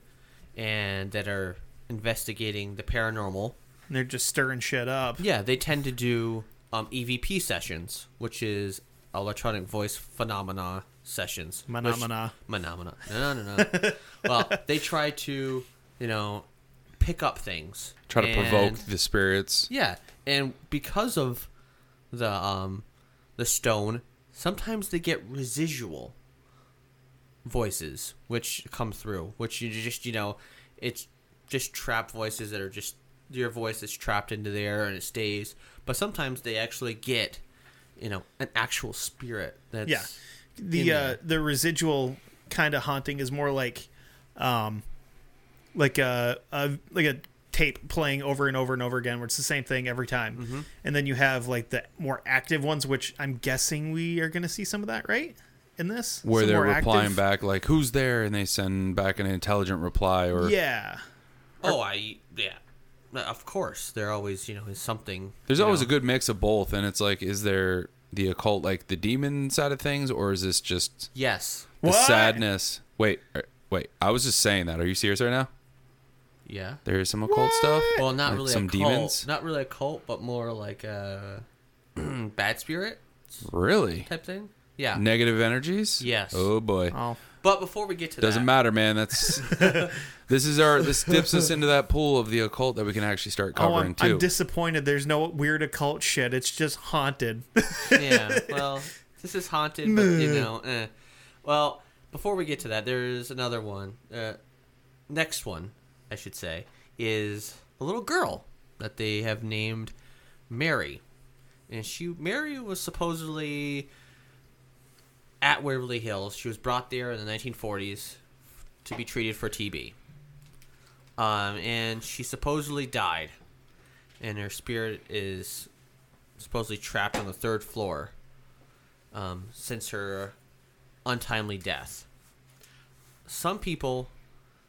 Speaker 1: and that are investigating the paranormal,
Speaker 2: And they're just stirring shit up.
Speaker 1: Yeah, they tend to do um, EVP sessions, which is electronic voice phenomena sessions. which-
Speaker 2: Phenomena.
Speaker 1: Phenomena. No, no, no. no. well, they try to, you know, pick up things.
Speaker 3: try to
Speaker 1: and-
Speaker 3: provoke the spirits.
Speaker 1: Yeah, and because of the um, the stone, sometimes they get residual voices which come through, which you just you know, it's just trap voices that are just your voice is trapped into there and it stays. But sometimes they actually get, you know, an actual spirit. That's
Speaker 2: Yeah. The
Speaker 1: in
Speaker 2: uh,
Speaker 1: there.
Speaker 2: the residual kind of haunting is more like um like a, a like a tape playing over and over and over again where it's the same thing every time.
Speaker 1: Mm-hmm.
Speaker 2: And then you have like the more active ones which I'm guessing we are going to see some of that, right? In this?
Speaker 3: Where
Speaker 2: Some
Speaker 3: they're
Speaker 2: more
Speaker 3: replying
Speaker 2: active-
Speaker 3: back like "Who's there?" and they send back an intelligent reply or
Speaker 2: Yeah.
Speaker 1: Oh, I yeah. Of course, there always you know is something.
Speaker 3: There's
Speaker 1: you
Speaker 3: always
Speaker 1: know.
Speaker 3: a good mix of both, and it's like, is there the occult, like the demon side of things, or is this just
Speaker 1: yes,
Speaker 3: the
Speaker 2: What?
Speaker 3: sadness? Wait, er, wait, I was just saying that. Are you serious right now?
Speaker 1: yeah.
Speaker 3: There is some occult stuff.
Speaker 1: Well, not
Speaker 3: Like
Speaker 1: really
Speaker 3: some
Speaker 1: a cult.
Speaker 3: demons.
Speaker 1: Not really a cult, but more like a bad spirit
Speaker 3: Really,
Speaker 1: type thing. Yeah.
Speaker 3: negative energies.
Speaker 1: Yes.
Speaker 3: Oh boy.
Speaker 2: Oh.
Speaker 1: But before we get to
Speaker 3: Doesn't
Speaker 1: that,
Speaker 3: matter, man. That's this is our this dips us into that pool of the occult that we can actually start
Speaker 2: Oh,
Speaker 3: covering
Speaker 2: I'm, I'm
Speaker 3: too.
Speaker 2: disappointed. There's no weird occult shit. It's just haunted.
Speaker 1: yeah. Well, this is haunted, but you know. Eh. Well, before we get to that, there's another one. Uh, next one, I should say, is a little girl that they have named Mary, and she Mary was supposedly at Waverly Hills. She was brought there in the 1940s to be treated for TB, um, and she supposedly died, and her spirit is supposedly trapped on the third floor um, since her untimely death. Some people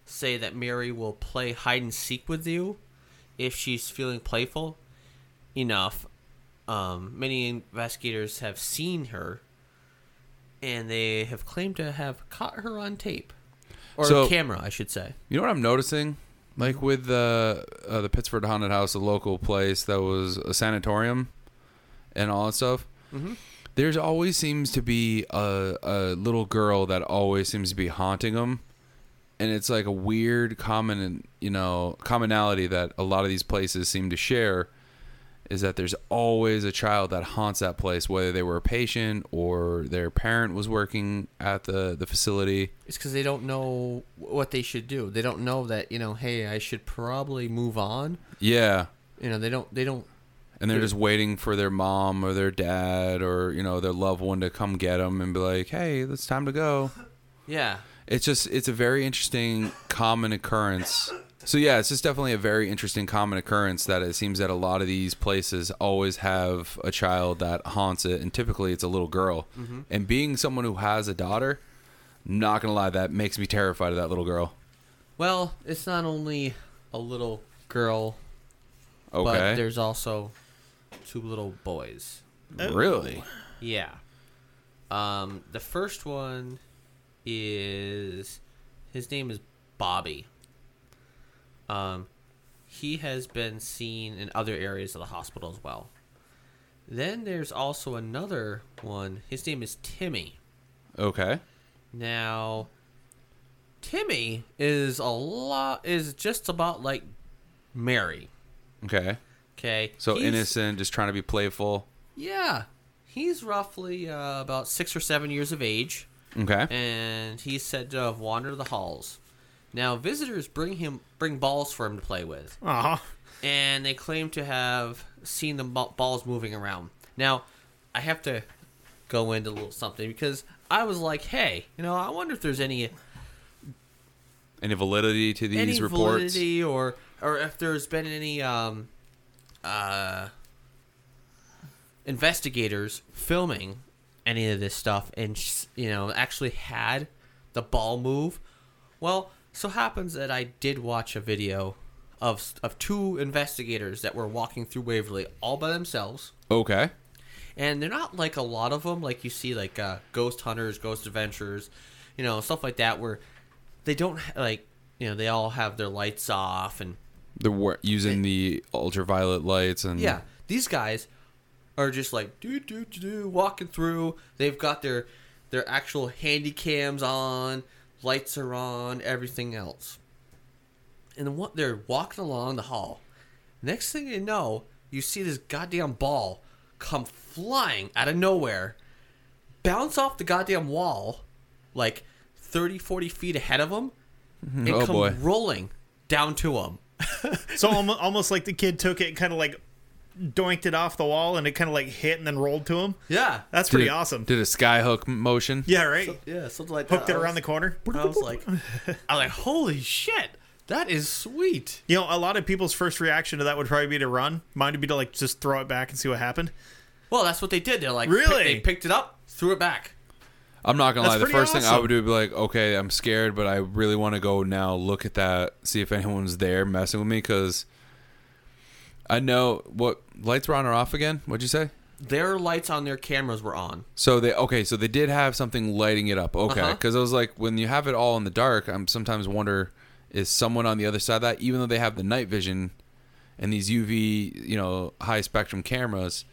Speaker 1: say that Mary will play hide and seek with you if she's feeling playful enough. Um, many investigators have seen her, and they have claimed to have caught her on tape or
Speaker 3: So-
Speaker 1: camera, I should say.
Speaker 3: You know what I'm noticing? Like with the uh, the Pittsford Haunted House, a local place that was a sanatorium and all that stuff. There's always seems to be a, a little girl that always seems to be haunting them, and it's like a weird common you know commonality that a lot of these places seem to share is that there's always a child that haunts that place, whether they were a patient or their parent was working at the the facility.
Speaker 1: It's because they don't know what they should do. They don't know that you know, hey, I should probably move on.
Speaker 3: Yeah,
Speaker 1: You know, they don't. They don't.
Speaker 3: and they're just waiting for their mom or their dad or you know their loved one to come get them and be like hey it's time to go
Speaker 1: Yeah,
Speaker 3: it's just it's a very interesting common occurrence So yeah, it's just definitely a very interesting common occurrence that it seems that a lot of these places always have a child that haunts it, and typically it's a little girl.
Speaker 1: Mm-hmm.
Speaker 3: And being someone who has a daughter, not gonna lie, that makes me terrified of that little girl.
Speaker 1: Well, it's not only a little girl, but
Speaker 3: Okay,
Speaker 1: there's also two little boys.
Speaker 3: really?
Speaker 1: Yeah. Um, the first one is his name is Bobby. Um, he has been seen in other areas of the hospital as well. Then there's also another one. His name is Timmy.
Speaker 3: Okay,
Speaker 1: Now, Timmy is a lot is just about like Mary.
Speaker 3: okay.
Speaker 1: Okay,
Speaker 3: So
Speaker 1: He's-
Speaker 3: innocent, just trying to be playful.
Speaker 1: Yeah, he's roughly uh, about six or seven years of age.
Speaker 3: Okay,
Speaker 1: and he's said to have wandered the halls. Now visitors bring him bring balls for him to play with,
Speaker 2: Aw.
Speaker 1: and they claim to have seen the ba- balls moving around. Now, I have to go into a little something because I was like, hey, you know, I wonder if there's any
Speaker 3: any validity to these
Speaker 1: any
Speaker 3: reports?
Speaker 1: validity or or if there's been any um uh investigators filming any of this stuff and sh- you know actually had the ball move well so happens that i did watch a video of s- of two investigators that were walking through waverly all by themselves
Speaker 3: Okay,
Speaker 1: and they're not like a lot of them like you see like uh, ghost hunters ghost adventurers you know stuff like that where they don't ha- like you know they all have their lights off and
Speaker 3: they're wa- using the ultraviolet lights
Speaker 2: Mm-hmm.
Speaker 3: and
Speaker 1: yeah these guys are just like do do do do walking through they've got their their actual handy cams on lights are on everything else and what they're walking along the hall next thing you know you see this goddamn ball come flying out of nowhere bounce off the goddamn wall like 30 40 feet ahead of them
Speaker 2: Mm-hmm.
Speaker 1: and
Speaker 3: Oh,
Speaker 1: come
Speaker 3: boy.
Speaker 1: rolling down to them
Speaker 2: So almost, almost like the kid took it and kind of like doinked it off the wall and it kind of like hit and then rolled to him.
Speaker 1: yeah
Speaker 2: That's
Speaker 3: Did
Speaker 2: pretty
Speaker 3: it-
Speaker 2: awesome.
Speaker 3: Did a skyhook motion?
Speaker 2: yeah, right?
Speaker 1: yeah something like
Speaker 2: Hooked
Speaker 1: that
Speaker 2: it
Speaker 1: I was-
Speaker 2: around the corner.
Speaker 1: I was like, I was like, holy shit, that is sweet.
Speaker 2: You know, a lot of people's first reaction to that would probably be to run. Mine would be to like just throw it back and see what happened.
Speaker 1: Well, that's what they did. They're like,
Speaker 2: Really?
Speaker 1: they picked it up, threw it back.
Speaker 3: I'm not gonna
Speaker 2: That's
Speaker 3: lie. The
Speaker 2: pretty
Speaker 3: first thing I
Speaker 2: awesome.
Speaker 3: would do would be like, okay, I'm scared, but I really want to go now. Look at that, see if anyone's there messing with me, because I know what lights were on or off again. What'd you say?
Speaker 1: Their lights on their cameras were on.
Speaker 3: So they okay, so they did have something lighting it up. Okay,
Speaker 1: Uh-huh.
Speaker 3: because I was like, when you have it all in the dark, I'm sometimes wonder is someone on the other side of that, even though they have the night vision and these UV, you know, high spectrum cameras,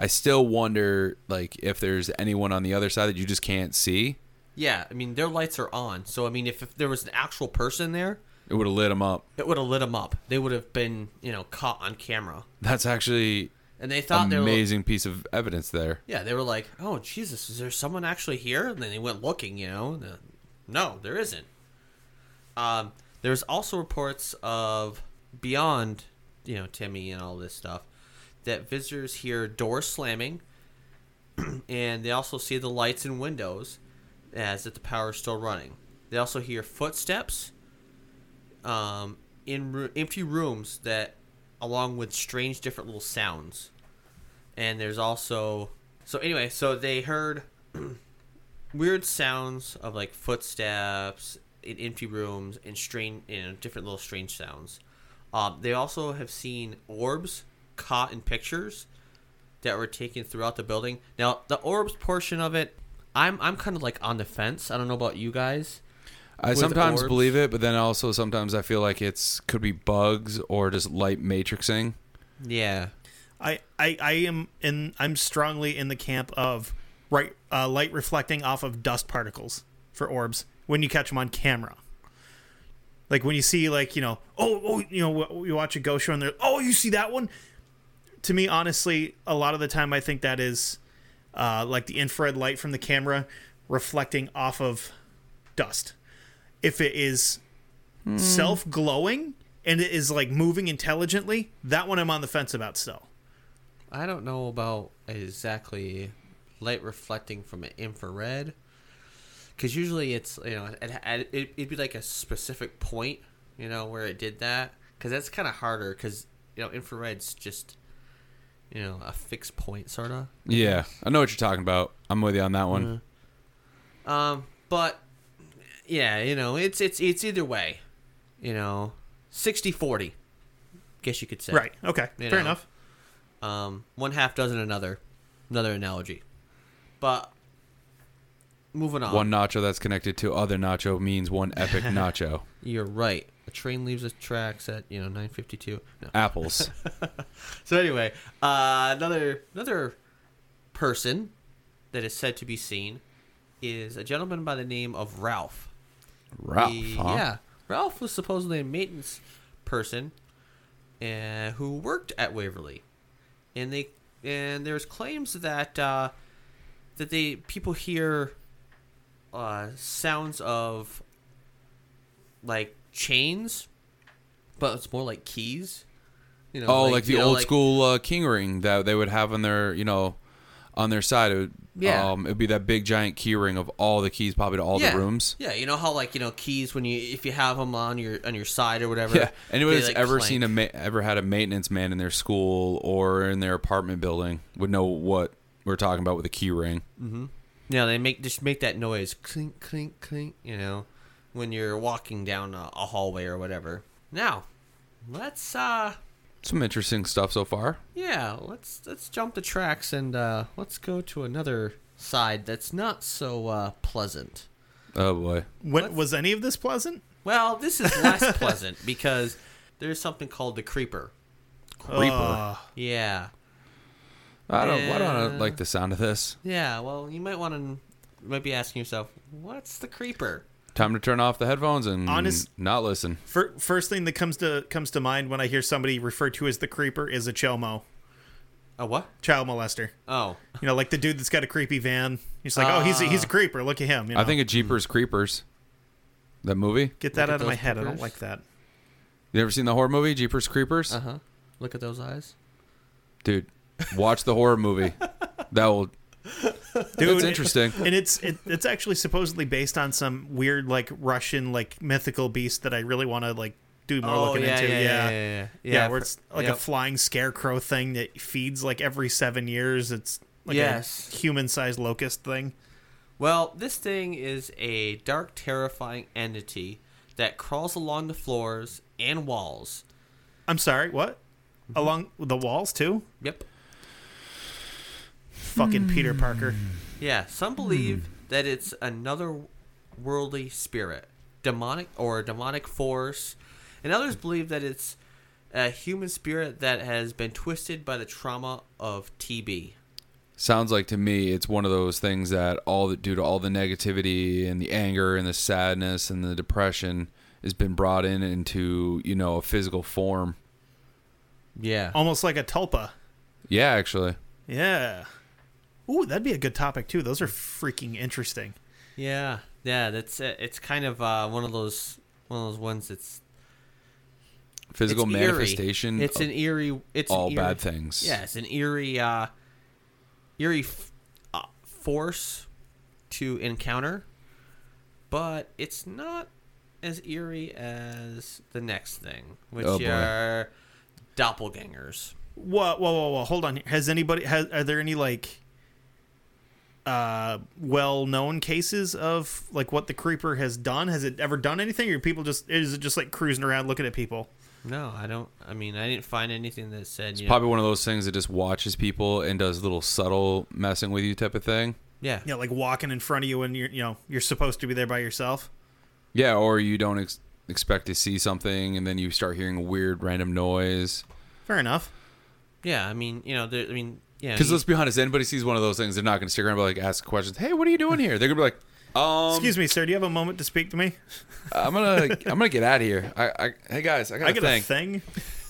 Speaker 3: I still wonder like if there's anyone on the other side that you just can't see.
Speaker 1: Yeah, I mean, their lights are on. So, I mean, if, if there was an actual person there,
Speaker 3: It would have lit them up.
Speaker 1: it would have lit them up. They would have been, you know, caught on camera.
Speaker 3: That's actually
Speaker 1: And they thought
Speaker 3: an
Speaker 1: they were.
Speaker 3: amazing piece of evidence there.
Speaker 1: Yeah, they were like, oh, Jesus, is there someone actually here? And then they went looking, you know. and, uh, No, there isn't. Um, there's also reports of beyond, you know, Timmy and all this stuff, that visitors hear doors slamming, and they also see the lights and windows as if the power is still running. They also hear footsteps um, in ru- empty rooms that, along with strange different little sounds and there's also so anyway so they heard weird sounds of like footsteps in empty rooms and strange you know different little strange sounds um, they also have seen orbs caught in pictures that were taken throughout the building now the orbs portion of it i'm i'm kind of like on the fence i don't know about you guys
Speaker 3: I
Speaker 1: With
Speaker 3: sometimes
Speaker 1: orbs.
Speaker 3: believe it, but then also sometimes I feel like it's could be bugs or just light matrixing.
Speaker 1: yeah
Speaker 2: I, I, I am in, I'm strongly in the camp of right, uh, light reflecting off of dust particles for orbs when you catch them on camera. Like when you see, like, you know, oh, oh, you know, w- you watch a ghost show and they're, oh, you see that one? To me, honestly, a lot of the time I think that is uh, like the infrared light from the camera reflecting off of dust. If it is self glowing and it is like moving intelligently, that one I'm on the fence about still.
Speaker 1: I don't know about exactly light reflecting from an infrared, because usually it's you know it, it it'd be like a specific point you know, where it did that because that's kind of harder because you know infrared's just you know a fixed point sort of.
Speaker 3: Yeah, I know what you're talking about. I'm with you on that one.
Speaker 1: Um, but yeah, you know, it's it's it's either way, you know, 60-40, guess you could say.
Speaker 2: Right. Okay.
Speaker 1: You
Speaker 2: Fair
Speaker 1: know.
Speaker 2: enough.
Speaker 1: Um, one half dozen another, another analogy. But moving on,
Speaker 3: One nacho that's connected to other nacho means one epic nacho.
Speaker 1: you're right. A train leaves the tracks at you know nine fifty two. No.
Speaker 3: Apples.
Speaker 1: So anyway, uh, another another person that is said to be seen is a gentleman by the name of Ralph.
Speaker 3: Ralph.
Speaker 1: The-
Speaker 3: huh?
Speaker 1: Yeah, Ralph was supposedly a maintenance person, uh, who worked at Waverly, and they and there's claims that uh, that they people hear uh, sounds of like chains, but it's more like keys. You know,
Speaker 3: Oh, like, the
Speaker 1: you know,
Speaker 3: old school uh, king ring that they would have on their, you know, on their side. It would,
Speaker 1: Yeah.
Speaker 3: um, it'd be that big giant key ring of all the keys probably to all
Speaker 1: yeah.
Speaker 3: the rooms.
Speaker 1: Yeah, you know how like you know keys when you if you have them on your on your side or whatever.
Speaker 3: Yeah. Anyone
Speaker 1: they,
Speaker 3: that's
Speaker 1: like,
Speaker 3: ever
Speaker 1: clank.
Speaker 3: seen a ma- ever had a maintenance man in their school or in their apartment building would know what we're talking about with a key ring.
Speaker 1: Mm. Yeah, they make just make that noise, clink, clink, clink. You know, when you're walking down a, a hallway or whatever. Now, let's uh,
Speaker 3: Some interesting stuff so far.
Speaker 1: yeah, let's let's jump the tracks and uh, let's go to another side that's not so uh, pleasant.
Speaker 3: Oh boy.
Speaker 2: What, was any of this pleasant?
Speaker 1: Well, this is less pleasant because there's something called the creeper.
Speaker 3: Creeper.
Speaker 1: Yeah,
Speaker 3: I don't. Why don't I
Speaker 1: Yeah.
Speaker 3: like the sound of this?
Speaker 1: yeah. Well, you might want to might be asking yourself, what's the creeper?
Speaker 3: Time to turn off the headphones and
Speaker 2: Honest-
Speaker 3: not listen.
Speaker 2: Fir- first thing that comes to comes to mind when I hear somebody referred to as the creeper is a chomo,
Speaker 1: A what?
Speaker 2: child molester.
Speaker 1: Oh,
Speaker 2: You know, like the dude that's got a creepy van. He's like, oh, he's a, he's a creeper. Look at him. You know?
Speaker 3: I think a Jeepers
Speaker 1: Mm-hmm.
Speaker 3: Creepers. That movie.
Speaker 2: get
Speaker 1: Look
Speaker 2: that
Speaker 1: at
Speaker 2: out of my
Speaker 1: those
Speaker 2: head. I don't
Speaker 1: creepers.
Speaker 2: like that.
Speaker 3: You ever seen the horror movie Jeepers Creepers?
Speaker 1: uh huh. Look at those eyes.
Speaker 3: Dude, watch the horror movie. That will.
Speaker 2: Dude,
Speaker 3: It's interesting.
Speaker 2: and it's it, it's actually supposedly based on some weird like Russian like mythical beast that I really want to like do more looking into.
Speaker 1: Oh, yeah, yeah, yeah, yeah.
Speaker 2: Yeah,
Speaker 1: I've
Speaker 2: where
Speaker 1: heard-
Speaker 2: it's like
Speaker 1: yep.
Speaker 2: a flying scarecrow thing that feeds like every seven years. It's like
Speaker 1: Yes.
Speaker 2: a human-sized locust thing.
Speaker 1: Well, this thing is a dark, terrifying entity that crawls along the floors and walls.
Speaker 2: I'm sorry, what?
Speaker 1: Mm-hmm.
Speaker 2: Along the walls too?
Speaker 1: Yep.
Speaker 2: Fucking Peter Parker.
Speaker 1: Yeah.
Speaker 2: Hmm.
Speaker 1: Some believe that it's another worldly spirit, demonic or a demonic force, and others believe that it's a human spirit that has been twisted by the trauma of TB.
Speaker 3: Sounds like to me it's one of those things that all that due to all the negativity and the anger and the sadness and the depression has been brought in into you know a physical form.
Speaker 1: Yeah.
Speaker 2: Almost like a tulpa.
Speaker 3: Yeah, actually.
Speaker 2: Yeah. Ooh, that'd be a good topic too. Those are
Speaker 1: Mm.
Speaker 2: freaking interesting.
Speaker 1: Yeah, yeah, that's it. It's kind of uh, one of those one of those ones that's
Speaker 3: Physical
Speaker 1: it's eerie.
Speaker 3: manifestation.
Speaker 1: It's
Speaker 3: of-
Speaker 1: an eerie. It's an
Speaker 3: all
Speaker 1: eerie-
Speaker 3: bad things.
Speaker 1: Yeah, it's an eerie, uh, eerie f- uh, force to encounter, but it's not as eerie as the next thing, which
Speaker 3: Oh, boy.
Speaker 1: are doppelgangers.
Speaker 2: Whoa, whoa, whoa, whoa! Hold on. here. Has anybody? Has, are there any like, uh, well-known cases of like what the creeper has done? Has it ever done anything, or people just is it just like cruising around looking at people?
Speaker 1: No, I don't. I mean, I didn't find anything that said. you know-
Speaker 3: Probably one of those things that just watches people and does little subtle messing with you type of thing.
Speaker 1: yeah,
Speaker 2: You know, like walking in front of you, and you're you know you're supposed to be there by yourself.
Speaker 3: Yeah, or you don't ex- expect to see something and then you start hearing a weird random noise.
Speaker 2: Fair enough.
Speaker 1: yeah. I mean, you know, there, I mean, yeah.
Speaker 3: Because
Speaker 1: you-
Speaker 3: let's be honest, anybody sees one of those things, they're not going to stick around and be like ask questions. Hey, what are you doing here? They're going to be like, um,
Speaker 2: Excuse me, sir. Do you have a moment to speak to me?
Speaker 3: I'm gonna I'm gonna get out of here. I, I hey guys, I got
Speaker 2: I
Speaker 3: a
Speaker 2: got
Speaker 3: thing.
Speaker 2: a thing.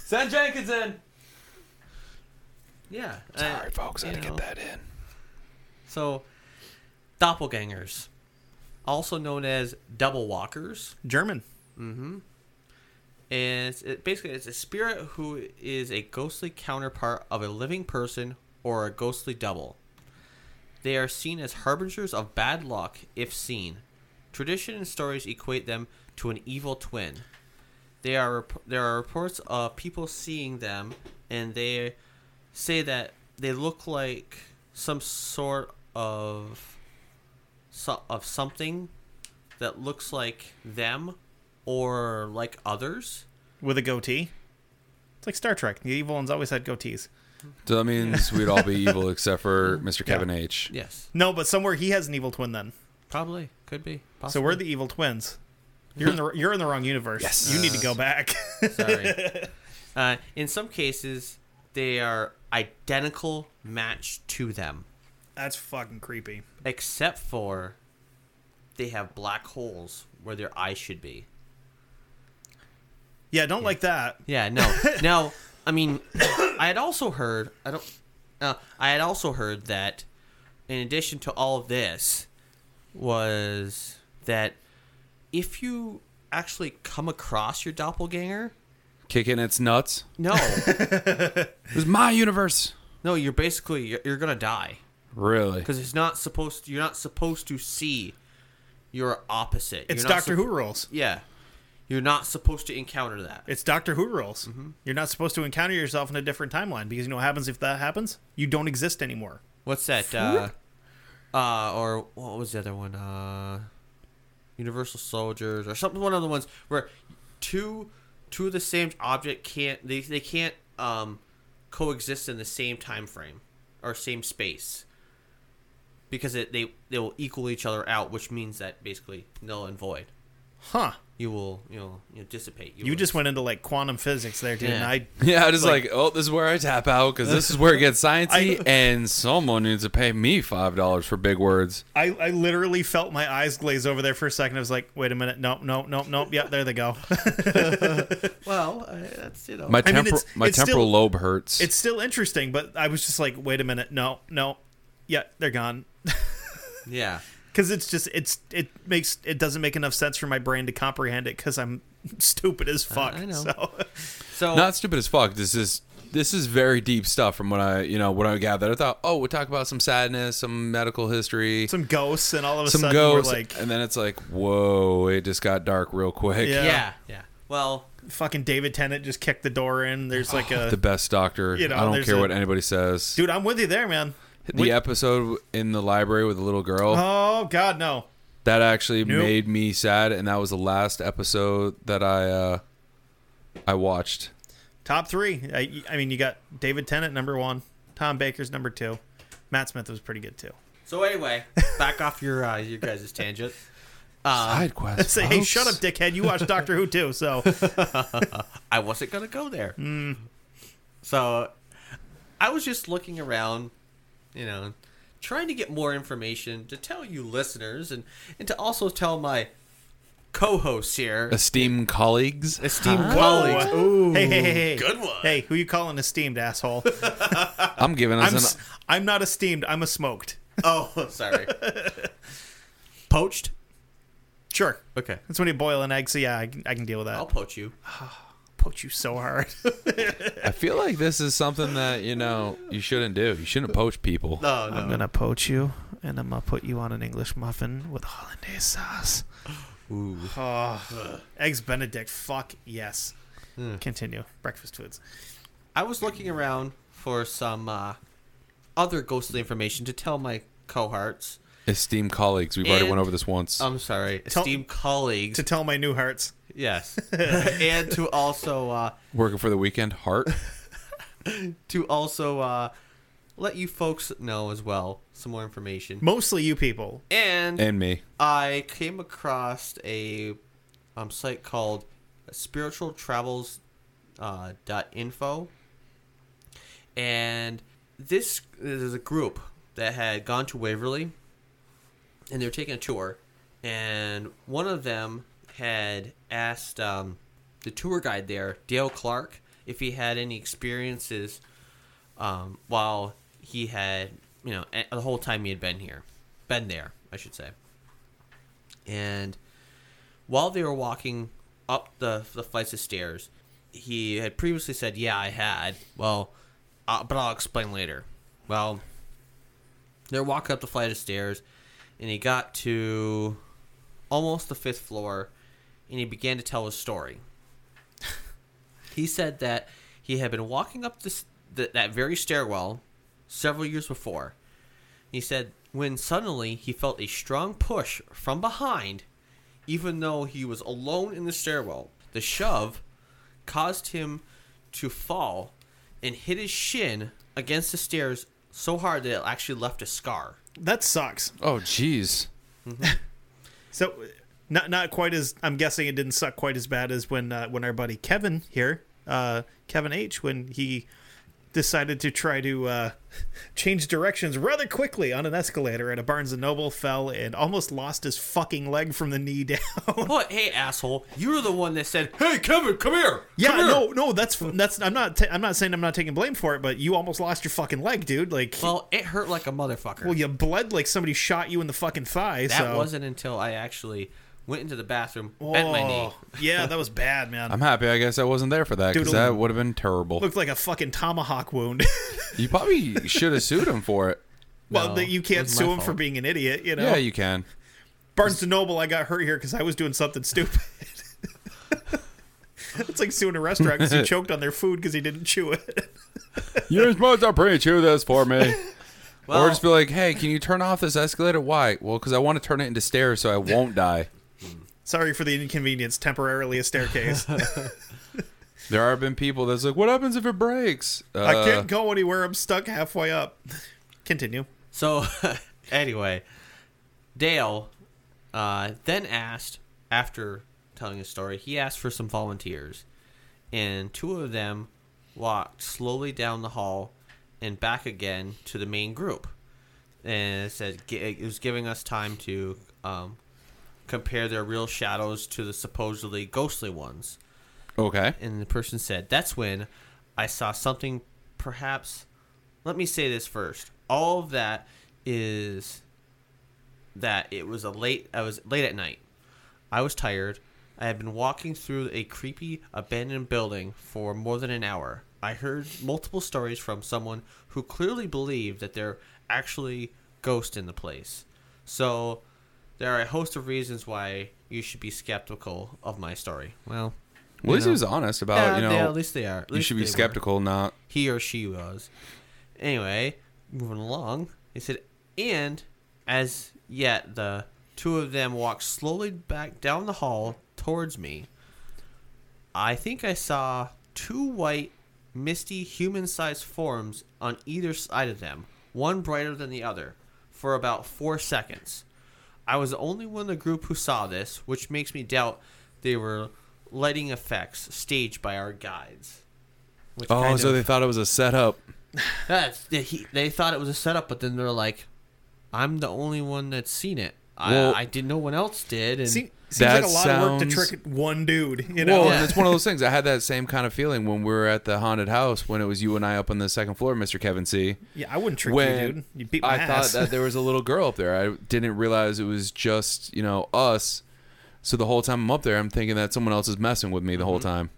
Speaker 1: Send Jenkins in. Yeah. uh,
Speaker 3: Sorry, folks, I
Speaker 1: you
Speaker 3: had to
Speaker 1: know.
Speaker 3: get that in.
Speaker 1: So, doppelgangers, also known as double walkers,
Speaker 2: German.
Speaker 1: and it's, it, basically it's a spirit who is a ghostly counterpart of a living person or a ghostly double. They are seen as harbingers of bad luck if seen. Tradition and stories equate them to an evil twin. They are rep- there are reports of people seeing them, and they say that they look like some sort of so- of something that looks like them or like others.
Speaker 2: with a goatee. It's like Star Trek. The evil ones always had goatees.
Speaker 3: So that means we'd all be evil except for Mr. Kevin H.
Speaker 1: Yes,
Speaker 2: No, but somewhere he has an evil twin then.
Speaker 1: probably could be.
Speaker 2: So
Speaker 1: Possibly.
Speaker 2: we're the evil twins. You're in the you're in the wrong universe.
Speaker 3: Yes.
Speaker 2: You need to go back.
Speaker 1: Sorry. uh, in some cases, they are identical match to them,
Speaker 2: That's fucking creepy.
Speaker 1: except for they have black holes where their eyes should be.
Speaker 2: Yeah, don't like that.
Speaker 1: Yeah, no. now, I mean, I had also heard. I don't. Uh, I had also heard that, in addition to all of this, was that if you actually come across your doppelganger,
Speaker 3: Kicking its nuts.
Speaker 1: no,
Speaker 3: It was my universe.
Speaker 1: no, you're basically you're, you're gonna die.
Speaker 3: Really?
Speaker 1: because it's not supposed you're not supposed to see your opposite.
Speaker 2: It's
Speaker 1: You're not
Speaker 2: Doctor
Speaker 1: sup-
Speaker 2: Who rules.
Speaker 1: Yeah, you're not supposed to encounter that.
Speaker 2: It's Doctor Who rules.
Speaker 3: Mm-hmm.
Speaker 2: You're not supposed to encounter yourself in a different timeline because you know what happens if that happens? You don't exist anymore.
Speaker 1: What's that? Uh, uh, or what was the other one? Uh, Universal Soldiers or something. One of the ones where two two of the same object can't they they can't um coexist in the same time frame or same space because it, they they will equal each other out, which means that basically null and void.
Speaker 2: Huh.
Speaker 1: you will you know you dissipate.
Speaker 2: You
Speaker 1: will-
Speaker 2: just went into like quantum physics there, dude.
Speaker 1: Yeah.
Speaker 2: And I
Speaker 3: Yeah, I just like, oh, this is where I tap out because this is where it gets sciencey,
Speaker 2: I-
Speaker 3: and someone needs to pay me five dollars for big words.
Speaker 2: I, I literally felt my eyes glaze over there for a second. I was like, wait a minute. Nope, nope, nope, nope. Yep, there they go.
Speaker 1: well uh, that's you know
Speaker 3: My
Speaker 2: mean,
Speaker 3: temporal
Speaker 2: it's-
Speaker 3: my
Speaker 2: it's
Speaker 3: temporal
Speaker 2: still-
Speaker 3: lobe hurts.
Speaker 2: it's still interesting, but I was just like, wait a minute. No, no. Yeah, they're gone.
Speaker 1: yeah
Speaker 2: Because it's just, it's, it makes, it doesn't make enough sense for my brain to comprehend it because I'm stupid as fuck.
Speaker 1: I know.
Speaker 2: So,
Speaker 1: so
Speaker 3: not stupid as fuck. This is this is very deep stuff from what I you know what I gathered. I thought, oh, we'll talk about some sadness, some medical history,
Speaker 2: some ghosts, and all of a
Speaker 3: some
Speaker 2: sudden
Speaker 3: ghosts,
Speaker 2: we're like,
Speaker 3: and then it's like, whoa, it just got dark real quick.
Speaker 2: Yeah.
Speaker 1: yeah yeah well
Speaker 2: fucking David Tennant just kicked the door in. There's like a,
Speaker 3: Oh, The best doctor.
Speaker 2: You know,
Speaker 3: I don't
Speaker 2: there's
Speaker 3: care
Speaker 2: a-
Speaker 3: what anybody says.
Speaker 2: dude, I'm with you there, man.
Speaker 3: the episode in the library with the little girl
Speaker 2: Oh, God, no.
Speaker 3: that actually
Speaker 2: Nope.
Speaker 3: made me sad, and that was the last episode that I uh, I watched.
Speaker 2: Top three. I, I mean, you got David Tennant, number one. Tom Baker's number two. Matt Smith was pretty good, too.
Speaker 1: so anyway back off your uh, your guys' tangent
Speaker 3: Side quest.
Speaker 2: say, Uh, hey,
Speaker 3: folks.
Speaker 2: shut up, dickhead. You watch Doctor Who too, so
Speaker 1: I wasn't gonna go there so I was just looking around you know trying to get more information to tell you listeners and and to also tell my co-hosts here
Speaker 3: Esteemed colleagues.
Speaker 1: esteemed
Speaker 2: Whoa.
Speaker 1: colleagues
Speaker 2: Hey, hey, hey, hey,
Speaker 1: Good one.
Speaker 2: Hey, who you calling esteemed asshole?
Speaker 3: I'm giving us
Speaker 2: I'm,
Speaker 3: an.
Speaker 2: s- I'm not esteemed. I'm a smoked.
Speaker 1: oh sorry poached
Speaker 2: Sure,
Speaker 1: okay
Speaker 2: that's when you boil an egg. So yeah, I, can- I can deal with that.
Speaker 1: I'll
Speaker 2: I'll
Speaker 1: poach you
Speaker 2: poach you so hard.
Speaker 3: I feel like this is something that you know you shouldn't do. You shouldn't poach people.
Speaker 1: Oh, no no
Speaker 2: I'm gonna poach you, and I'm gonna put you on an English muffin with hollandaise sauce. Ah.
Speaker 1: Ooh.
Speaker 2: Eggs Benedict. Fuck yes.
Speaker 1: Hmm.
Speaker 2: Continue. Breakfast foods.
Speaker 1: I was looking around for some uh, other ghostly information to tell my cohorts.
Speaker 3: Esteemed colleagues. We've already went
Speaker 1: And-
Speaker 3: over this once.
Speaker 2: um,
Speaker 1: I'm sorry, esteemed colleagues.
Speaker 2: To tell my new hearts.
Speaker 1: yes, and to also uh,
Speaker 3: Working for the weekend. Heart.
Speaker 1: to also uh, let you folks know as well some more information.
Speaker 2: Mostly you people.
Speaker 1: And,
Speaker 3: and me.
Speaker 1: I came across a um, site called spiritualtravels.info. Uh, dot info. and this is a group that had gone to Waverly and they were taking a tour. And one of them had asked um, the tour guide there, Dale Clark, if he had any experiences um, while he had, you know, a- the whole time he had been here. Been there, I should say and while they were walking up the the flights of stairs, he had previously said, "Yeah, I had." Well, uh, but I'll explain later. Well, they're walking up the flight of stairs, and he got to almost the fifth floor, and he began to tell his story. He said that he had been walking up this th- that very stairwell several years before. He said when suddenly he felt a strong push from behind, even though he was alone in the stairwell. The shove caused him to fall and hit his shin against the stairs so hard that it actually left a scar.
Speaker 2: That sucks.
Speaker 3: Oh, jeez.
Speaker 2: So, not not quite as I'm guessing it didn't suck quite as bad as when uh, when our buddy Kevin here, uh, Kevin H, when he decided to try to uh, change directions rather quickly on an escalator at a Barnes and Noble, fell and almost lost his fucking leg from the knee down.
Speaker 1: But hey, asshole, you're the one that said, "Hey, Kevin, come here."
Speaker 2: yeah,
Speaker 1: come here."
Speaker 2: no, no, that's that's I'm not ta- I'm not saying I'm not taking blame for it, but you almost lost your fucking leg, dude. Like, well,
Speaker 1: Well, it hurt like a motherfucker.
Speaker 2: you bled like somebody shot you in the fucking thigh.
Speaker 1: that
Speaker 2: so.
Speaker 1: wasn't until I actually went into the bathroom, bent my knee.
Speaker 2: Oh, yeah, that was bad, man.
Speaker 3: I'm happy. I guess I wasn't there for that because
Speaker 2: Doodle.
Speaker 3: that would have been terrible.
Speaker 2: Looked like a fucking tomahawk wound.
Speaker 3: You probably should have sued him for it.
Speaker 2: Well,
Speaker 1: No,
Speaker 2: that you
Speaker 1: it
Speaker 2: can't
Speaker 1: was
Speaker 2: sue
Speaker 1: my
Speaker 2: him for
Speaker 1: fault.
Speaker 2: being an idiot, you know.
Speaker 3: Yeah, you can.
Speaker 2: Barnes and Noble, I got hurt here because I was doing something stupid. it's like suing a restaurant because he choked on their food because he didn't chew it.
Speaker 3: You're supposed to pre-chew this for me.
Speaker 1: Well,
Speaker 3: or just be like, hey, can you turn off this escalator? Why? Well, because I want to turn it into stairs so I won't die.
Speaker 2: Sorry for the inconvenience. Temporarily a staircase.
Speaker 3: There have been people that's like, what happens if it breaks? Uh,
Speaker 2: I can't go anywhere. I'm stuck halfway up. Continue.
Speaker 1: so anyway, Dale uh, then asked, after telling his story, he asked for some volunteers, and two of them walked slowly down the hall and back again to the main group, and it said gi- it was giving us time to um, compare their real shadows to the supposedly ghostly ones.
Speaker 3: Okay.
Speaker 1: and the person said, "That's when I saw something. Perhaps, let me say this first. All of that is that it was a late. I was late at night. I was tired. I had been walking through a creepy abandoned building for more than an hour. I heard multiple stories from someone who clearly believed that there actually ghosts in the place. So." There are a host of reasons why you should be skeptical of my story. Well,
Speaker 3: Well, at least he was honest about,
Speaker 1: yeah,
Speaker 3: you know,
Speaker 1: Uh, they- at least they are. At
Speaker 3: you
Speaker 1: least
Speaker 3: should be
Speaker 1: they were.
Speaker 3: skeptical, not.
Speaker 1: He or she was. Anyway, moving along, he said, and as yet, the two of them walked slowly back down the hall towards me. I think I saw two white, misty, human sized forms on either side of them, one brighter than the other, for about four seconds. I was the only one in the group who saw this, which makes me doubt they were lighting effects staged by our guides. Which
Speaker 3: Oh,
Speaker 1: kind
Speaker 3: so
Speaker 1: of-
Speaker 3: they thought it was a setup.
Speaker 1: that's they, he, they thought it was a setup, but then they're like, "I'm the only one that's seen it. I,
Speaker 3: Well-
Speaker 1: I did. No one else did." And
Speaker 2: Seem- seems
Speaker 3: That
Speaker 2: like a lot of work to
Speaker 3: sounds-
Speaker 2: trick one dude. You know.
Speaker 3: Well,
Speaker 1: Yeah.
Speaker 3: and it's one of those things. I had that same kind of feeling when we were at the haunted house when it was you and I up on the second floor, Mr. Kevin C.
Speaker 2: Yeah, I wouldn't trick
Speaker 3: when
Speaker 2: you, dude. You beat my
Speaker 3: I
Speaker 2: ass.
Speaker 3: thought that there was a little girl up there. I didn't realize it was just you know us. So the whole time I'm up there, I'm thinking that someone else is messing with me the
Speaker 2: Mm-hmm.
Speaker 3: whole time.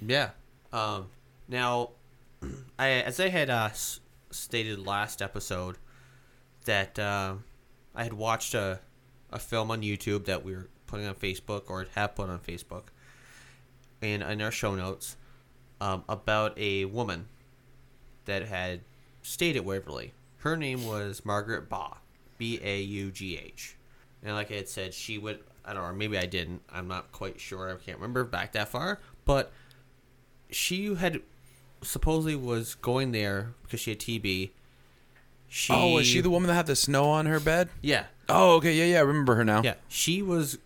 Speaker 1: yeah. Um. Now, I as I had uh, s- stated last episode that um, I had watched a a film on YouTube that we were putting on Facebook or have put on Facebook, and in our show notes, um, about a woman that had stayed at Waverly. Her name was Margaret Baugh, B A U G H. And like I had said, she would, I don't know, or maybe I didn't. I'm not quite sure. I can't remember back that far. But she had supposedly was going there because she had TB. She,
Speaker 3: Oh, is she the woman that had the snow on her bed?
Speaker 1: Yeah.
Speaker 3: Oh, okay, yeah, yeah, I remember her now.
Speaker 1: Yeah. She was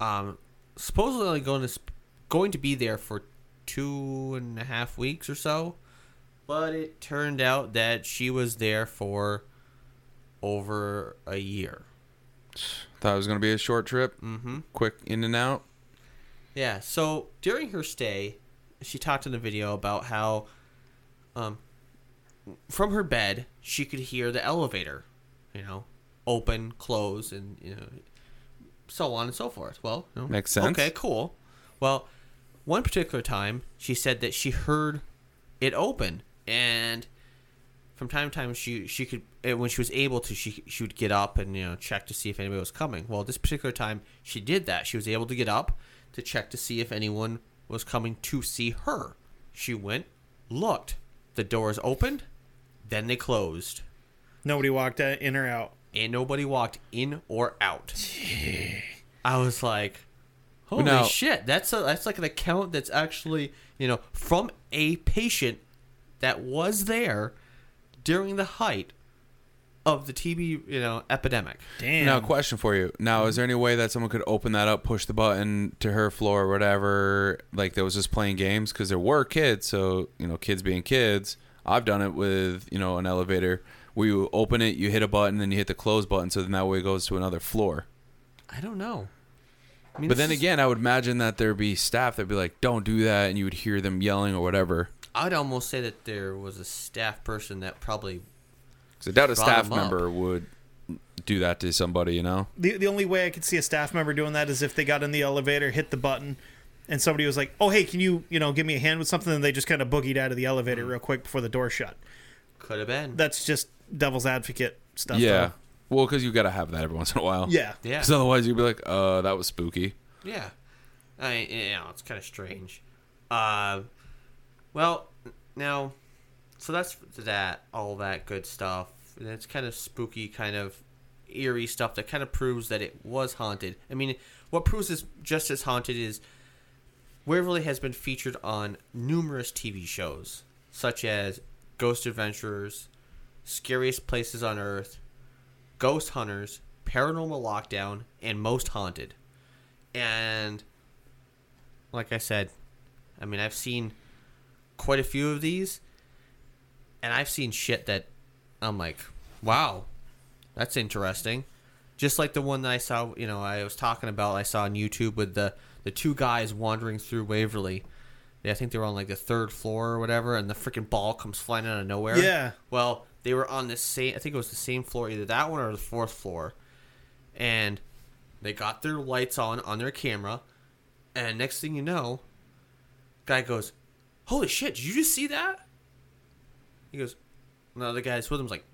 Speaker 1: um, supposedly going to, sp- going to be there for two and a half weeks or so. But it turned out that she was there for over a year.
Speaker 3: Thought it was gonna be a short trip, mm-hmm. quick in and out.
Speaker 1: Yeah. So during her stay, she talked in the video about how, um, from her bed she could hear the elevator, you know, open, close, and you know, so on and so forth. Well, you know,
Speaker 3: Makes sense.
Speaker 1: Okay, cool. Well, one particular time she said that she heard it open, and from time to time she she could uh, when she was able to she she would get up and you know check to see if anybody was coming. Well, this particular time she did that. She was able to get up to check to see if anyone was coming to see her. She went, looked. The doors opened, then they closed.
Speaker 2: Nobody walked in or out.
Speaker 1: And nobody walked in or out. I was like, holy
Speaker 3: Now-
Speaker 1: shit. That's a, that's like an account that's actually, you know, from a patient that was there during the height of the TB, you know, epidemic.
Speaker 2: Damn.
Speaker 3: Now, question for you. Now, is there any way that someone could open that up, push the button to her floor or whatever, like that was just playing games? Because there were kids, so you know, kids being kids. I've done it with you know an elevator where you open it, you hit a button, then you hit the close button, so then that way it goes to another floor.
Speaker 1: I don't know. I mean,
Speaker 3: But
Speaker 1: this
Speaker 3: then
Speaker 1: is-
Speaker 3: again, I would imagine that there'd be staff that'd be like, "Don't do that," and you would hear them yelling or whatever.
Speaker 1: I'd almost say that there was a staff person that probably
Speaker 3: Because I doubt a
Speaker 1: Brought
Speaker 3: staff
Speaker 1: them up.
Speaker 3: member would do that to somebody, you know.
Speaker 2: the, the only way I could see a staff member doing that is if they got in the elevator, hit the button, and somebody was like, "Oh, hey, can you you know give me a hand with something?" And they just kind of boogied out of the elevator real quick before the door shut.
Speaker 1: could have been.
Speaker 2: That's just devil's advocate stuff.
Speaker 3: Yeah.
Speaker 2: though.
Speaker 3: Well, because you got to have that every once in a while.
Speaker 2: yeah,
Speaker 1: yeah.
Speaker 3: Because otherwise, you'd be like, "Uh, that was spooky."
Speaker 1: Yeah, I you know it's kind of strange. Uh, well, now, so that's that all that good stuff. And it's kind of spooky, kind of eerie stuff that kind of proves that it was haunted. I mean, what proves it's just as haunted is Waverly has been featured on numerous TV shows, such as Ghost Adventurers, Scariest Places on Earth, Ghost Hunters, Paranormal Lockdown, and Most Haunted and like I said, I mean I've seen quite a few of these, and I've seen shit that I'm like, wow, that's interesting. Just like the one that I saw, you know, I was talking about, I saw on YouTube with the the two guys wandering through Waverly. They- I think they were on like the third floor or whatever, and the freaking ball comes flying out of nowhere.
Speaker 2: Yeah.
Speaker 1: Well, they were on the same. I think it was the same floor, either that one or the fourth floor, and they got their lights on on their camera, and next thing you know, guy goes, "Holy shit! Did you just see that?" He goes, and the other guy that's with him's like,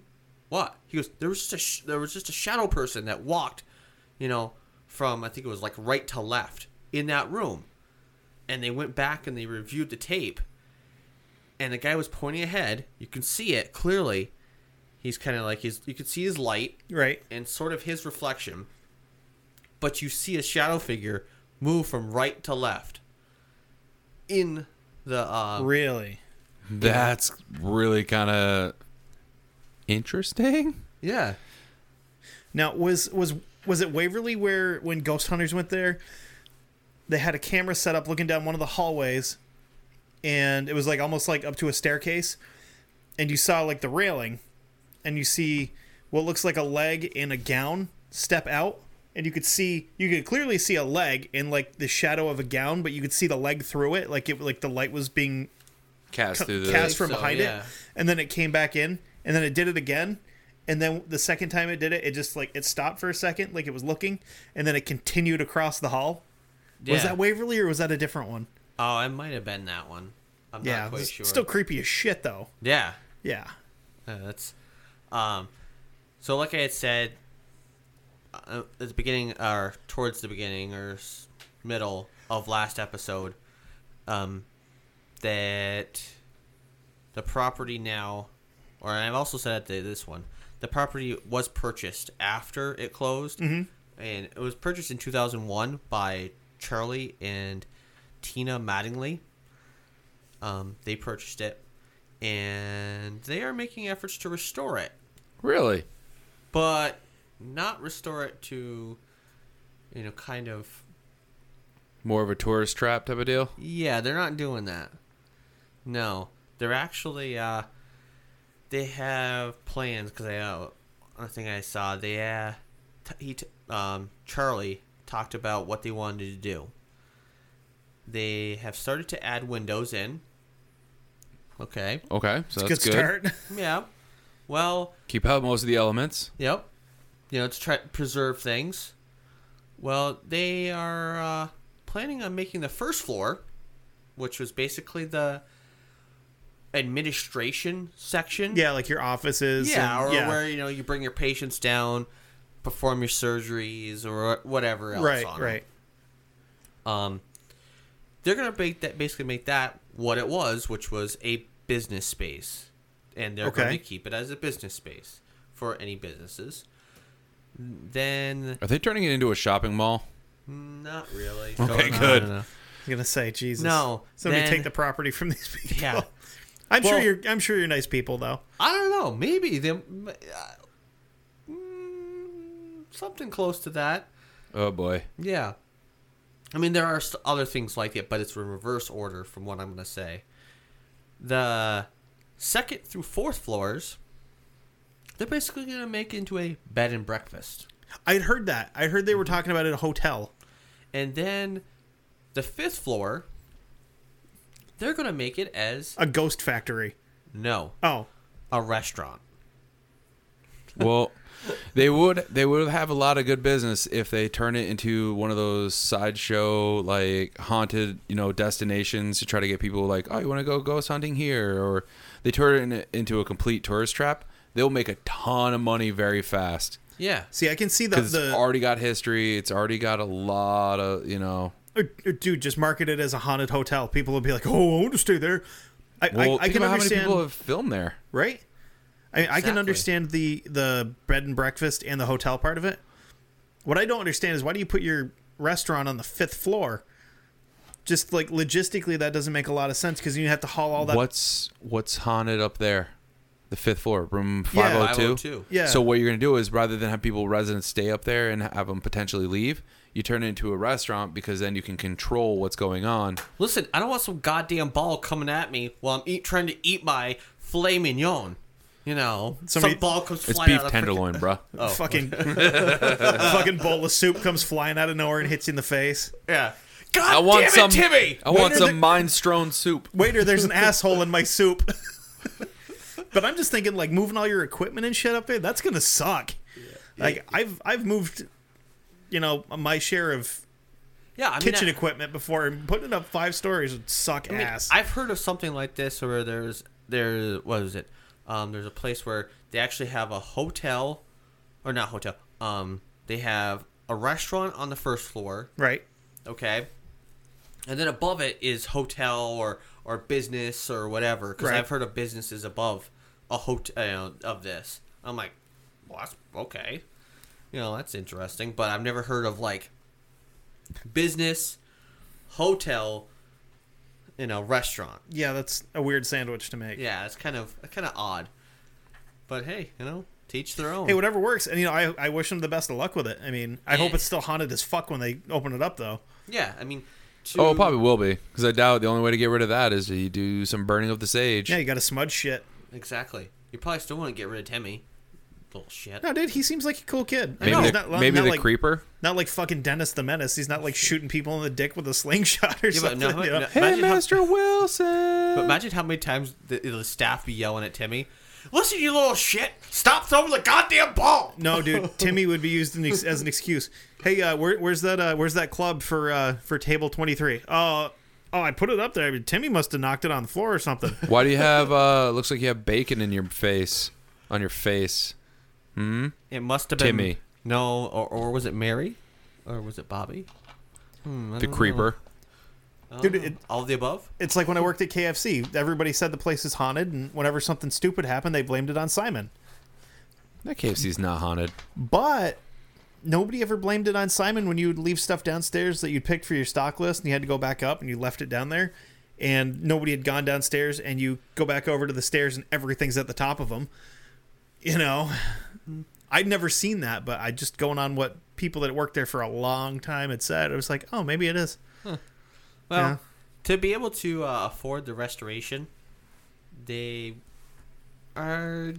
Speaker 1: "What?" He goes, "There was just a sh- there was just a shadow person that walked, you know, from I think it was like right to left in that room." And they went back and they reviewed the tape, and the guy was pointing ahead. You can see it clearly. He's kind of like he's you could see his light
Speaker 2: right.
Speaker 1: and sort of his reflection, but you see a shadow figure move from right to left in the uh,
Speaker 2: Really,
Speaker 3: That's really kind of interesting.
Speaker 1: yeah
Speaker 2: Now was was was it Waverly where when ghost hunters went there, they had a camera set up looking down one of the hallways, and it was like almost like up to a staircase, and you saw like the railing, and you see what looks like a leg in a gown step out, and you could see you could clearly see a leg in like the shadow of a gown, but you could see the leg through it, like it like the light was being
Speaker 3: Cast through the
Speaker 2: cast from
Speaker 1: so,
Speaker 2: behind
Speaker 1: yeah.
Speaker 2: it, and then it came back in, and then it did it again, and then the second time it did it, it just like it stopped for a second, like it was looking, and then it continued across the hall. Was
Speaker 1: Yeah.
Speaker 2: that Waverly or was that a different one?
Speaker 1: Oh, it might have been that one. I'm
Speaker 2: Yeah,
Speaker 1: not
Speaker 2: it
Speaker 1: quite
Speaker 2: was
Speaker 1: sure.
Speaker 2: still creepy as shit though.
Speaker 1: yeah,
Speaker 2: Yeah,
Speaker 1: Yeah, that's. Um, so like I had said uh, at the beginning, or towards the beginning, or s- middle of last episode, um, that the property now, or I've also said at the, this one, the property was purchased after it closed, and it was purchased in 2001 by Charlie and Tina Mattingly. Um, they purchased it, and they are making efforts to restore it,
Speaker 3: Really?
Speaker 1: but not restore it to, you know, kind of.
Speaker 3: More of a tourist trap type of deal?
Speaker 1: Yeah, they're not doing that. No, they're actually. Uh, they have plans because I, uh, I think I saw they. Uh, t- he, t- um, Charlie talked about what they wanted to do. They have started to add windows in. Okay.
Speaker 3: Okay, so
Speaker 2: good,
Speaker 3: that's good.
Speaker 2: start.
Speaker 1: Yeah. Well,
Speaker 3: Keep out most of the elements.
Speaker 1: Yep. You know, to try preserve things. Well, they are uh, planning on making the first floor, which was basically the administration section.
Speaker 2: yeah, like your offices.
Speaker 1: Yeah,
Speaker 2: and-
Speaker 1: or
Speaker 2: yeah.
Speaker 1: where you know you bring your patients down, perform your surgeries or whatever else.
Speaker 2: right,
Speaker 1: on 'em.
Speaker 2: right.
Speaker 1: Um, they're gonna make that basically make that what it was, which was a business space, and they're
Speaker 2: Okay.
Speaker 1: going to keep it as a business space for any businesses. Then
Speaker 3: Are they turning it into a shopping mall?
Speaker 1: not really. No,
Speaker 3: Okay,
Speaker 1: no,
Speaker 3: good.
Speaker 1: no, no.
Speaker 2: I'm gonna say, Jesus,
Speaker 1: No,
Speaker 2: somebody
Speaker 1: then-
Speaker 2: take the property from these people.
Speaker 1: Yeah.
Speaker 2: I'm sure
Speaker 1: Well-
Speaker 2: you're. I'm sure you're nice people, though.
Speaker 1: I don't know. Maybe them. Uh, mm, something close to that.
Speaker 3: Oh boy.
Speaker 1: Yeah. I mean, there are st- other things like it, but it's in reverse order from what I'm going to say. The second through fourth floors, they're basically going to make into a bed and breakfast.
Speaker 2: I'd heard that. I heard they were talking about it at a hotel.
Speaker 1: And then the fifth floor, they're going to make it as
Speaker 2: a ghost factory.
Speaker 1: no,
Speaker 2: Oh,
Speaker 1: a restaurant.
Speaker 3: Well, they would they would have a lot of good business if they turn it into one of those sideshow like haunted you know destinations to try to get people like oh you want to go ghost hunting here or they turn it into a complete tourist trap. They'll make a ton of money very fast
Speaker 1: Yeah.
Speaker 2: see, I can see the
Speaker 3: because
Speaker 2: the
Speaker 3: it's already got history. It's already got a lot of you know.
Speaker 2: or- or, Uh, dude just market it as a haunted hotel. People will be like, "Oh, I want to stay there." I,
Speaker 3: Well,
Speaker 2: I, I
Speaker 3: think
Speaker 2: can
Speaker 3: about how many
Speaker 2: understand,
Speaker 3: people have filmed there.
Speaker 2: right? I, I can
Speaker 1: Exactly.
Speaker 2: understand the the bed and breakfast and the hotel part of it. What I don't understand is why do you put your restaurant on the fifth floor? Just like logistically, that doesn't make a lot of sense because you have to haul all that.
Speaker 3: What's what's haunted up there? The fifth floor, room
Speaker 2: Yeah.
Speaker 3: five hundred
Speaker 1: 502.
Speaker 3: two.
Speaker 2: Yeah.
Speaker 3: So what you're gonna do is rather than have people residents stay up there and have them potentially leave, you turn it into a restaurant because then you can control what's going on.
Speaker 1: Listen, I don't want some goddamn ball coming at me while I'm eat, trying to eat my filet mignon. You know,
Speaker 2: Somebody-
Speaker 1: some e- ball comes
Speaker 3: It's
Speaker 1: flying
Speaker 3: beef
Speaker 1: out of Oh, frickin-
Speaker 3: tenderloin, bruh.
Speaker 2: fucking fucking bowl of soup comes flying out of nowhere and hits you in the face.
Speaker 1: Yeah. God
Speaker 3: I want
Speaker 1: damn it,
Speaker 3: some.
Speaker 1: Timmy!
Speaker 3: I want
Speaker 2: are
Speaker 3: some
Speaker 2: the-
Speaker 3: mind strewn soup.
Speaker 2: waiter, there's an asshole in my soup. but I'm just thinking, like moving all your equipment and shit up there, that's gonna suck. Like I've I've moved, you know, my share of
Speaker 1: yeah, I mean,
Speaker 2: kitchen
Speaker 1: I-
Speaker 2: equipment before, and putting it up five stories would suck
Speaker 1: I mean,
Speaker 2: ass.
Speaker 1: I've heard of something like this where there's there what is it? Um, there's a place where they actually have a hotel, or not hotel. Um, they have a restaurant on the first floor,
Speaker 2: right.
Speaker 1: okay, and then above it is hotel or or business or whatever. Because
Speaker 2: Right.
Speaker 1: I've heard of businesses above a hotel of this. I'm like, well, that's okay. You know, that's interesting, but I've never heard of like business, hotel, you know, restaurant.
Speaker 2: Yeah, that's a weird sandwich to make.
Speaker 1: Yeah, it's kind of kind of odd. But hey, you know, teach their own.
Speaker 2: Hey, whatever works, and you know, I, I wish them the best of luck with it. I mean, I hope
Speaker 1: Yeah.
Speaker 2: it's still haunted as fuck when they open it up, though.
Speaker 1: yeah, I mean, to,
Speaker 3: Oh, it probably will be because I doubt the only way to get rid of that is you do some burning of the sage.
Speaker 2: Yeah, you got to smudge shit.
Speaker 1: exactly. You probably still want to get rid of Timmy. Little shit.
Speaker 2: No, dude, he seems like a cool kid. I
Speaker 3: maybe
Speaker 2: know,
Speaker 3: the,
Speaker 2: he's not-
Speaker 3: maybe
Speaker 2: not
Speaker 3: the
Speaker 2: like-
Speaker 3: creeper.
Speaker 2: Not like fucking Dennis the Menace. He's not like shooting people in the dick with a slingshot or
Speaker 1: Yeah, but
Speaker 2: something.
Speaker 1: no,
Speaker 2: you know?
Speaker 1: no.
Speaker 3: Hey,
Speaker 1: Imagine how-
Speaker 3: Master Wilson.
Speaker 1: But imagine how many times the, the staff be yelling at Timmy. Listen, you little shit! Stop throwing the goddamn ball.
Speaker 2: No, dude, Timmy would be used in ex- as an excuse. Hey, uh, where, where's that? Uh, where's that club for uh, for table twenty three? Uh, oh, I put it up there. I mean, Timmy must have knocked it on the floor or something.
Speaker 3: Why do you have? uh Looks like you have bacon in your face. On your face.
Speaker 1: It must have been
Speaker 3: Timmy.
Speaker 1: No, or, or was it Mary, or was it Bobby? Hmm, I
Speaker 3: The
Speaker 1: don't
Speaker 3: creeper.
Speaker 1: know. I don't
Speaker 2: Dude,
Speaker 1: know.
Speaker 2: it-
Speaker 1: all of the above.
Speaker 2: It's like when I worked at KFC. Everybody said the place is haunted, and whenever something stupid happened, they blamed it on Simon.
Speaker 3: That KFC's not haunted.
Speaker 2: But nobody ever blamed it on Simon when you would leave stuff downstairs that you'd picked for your stock list and you had to go back up and you left it down there and nobody had gone downstairs and you go back over to the stairs and everything's at the top of them. You know, I'd never seen that, but I just going on what people that worked there for a long time had said, I was like, oh, maybe it is.
Speaker 1: Well,
Speaker 2: Yeah.
Speaker 1: to be able to uh, afford the restoration, they are,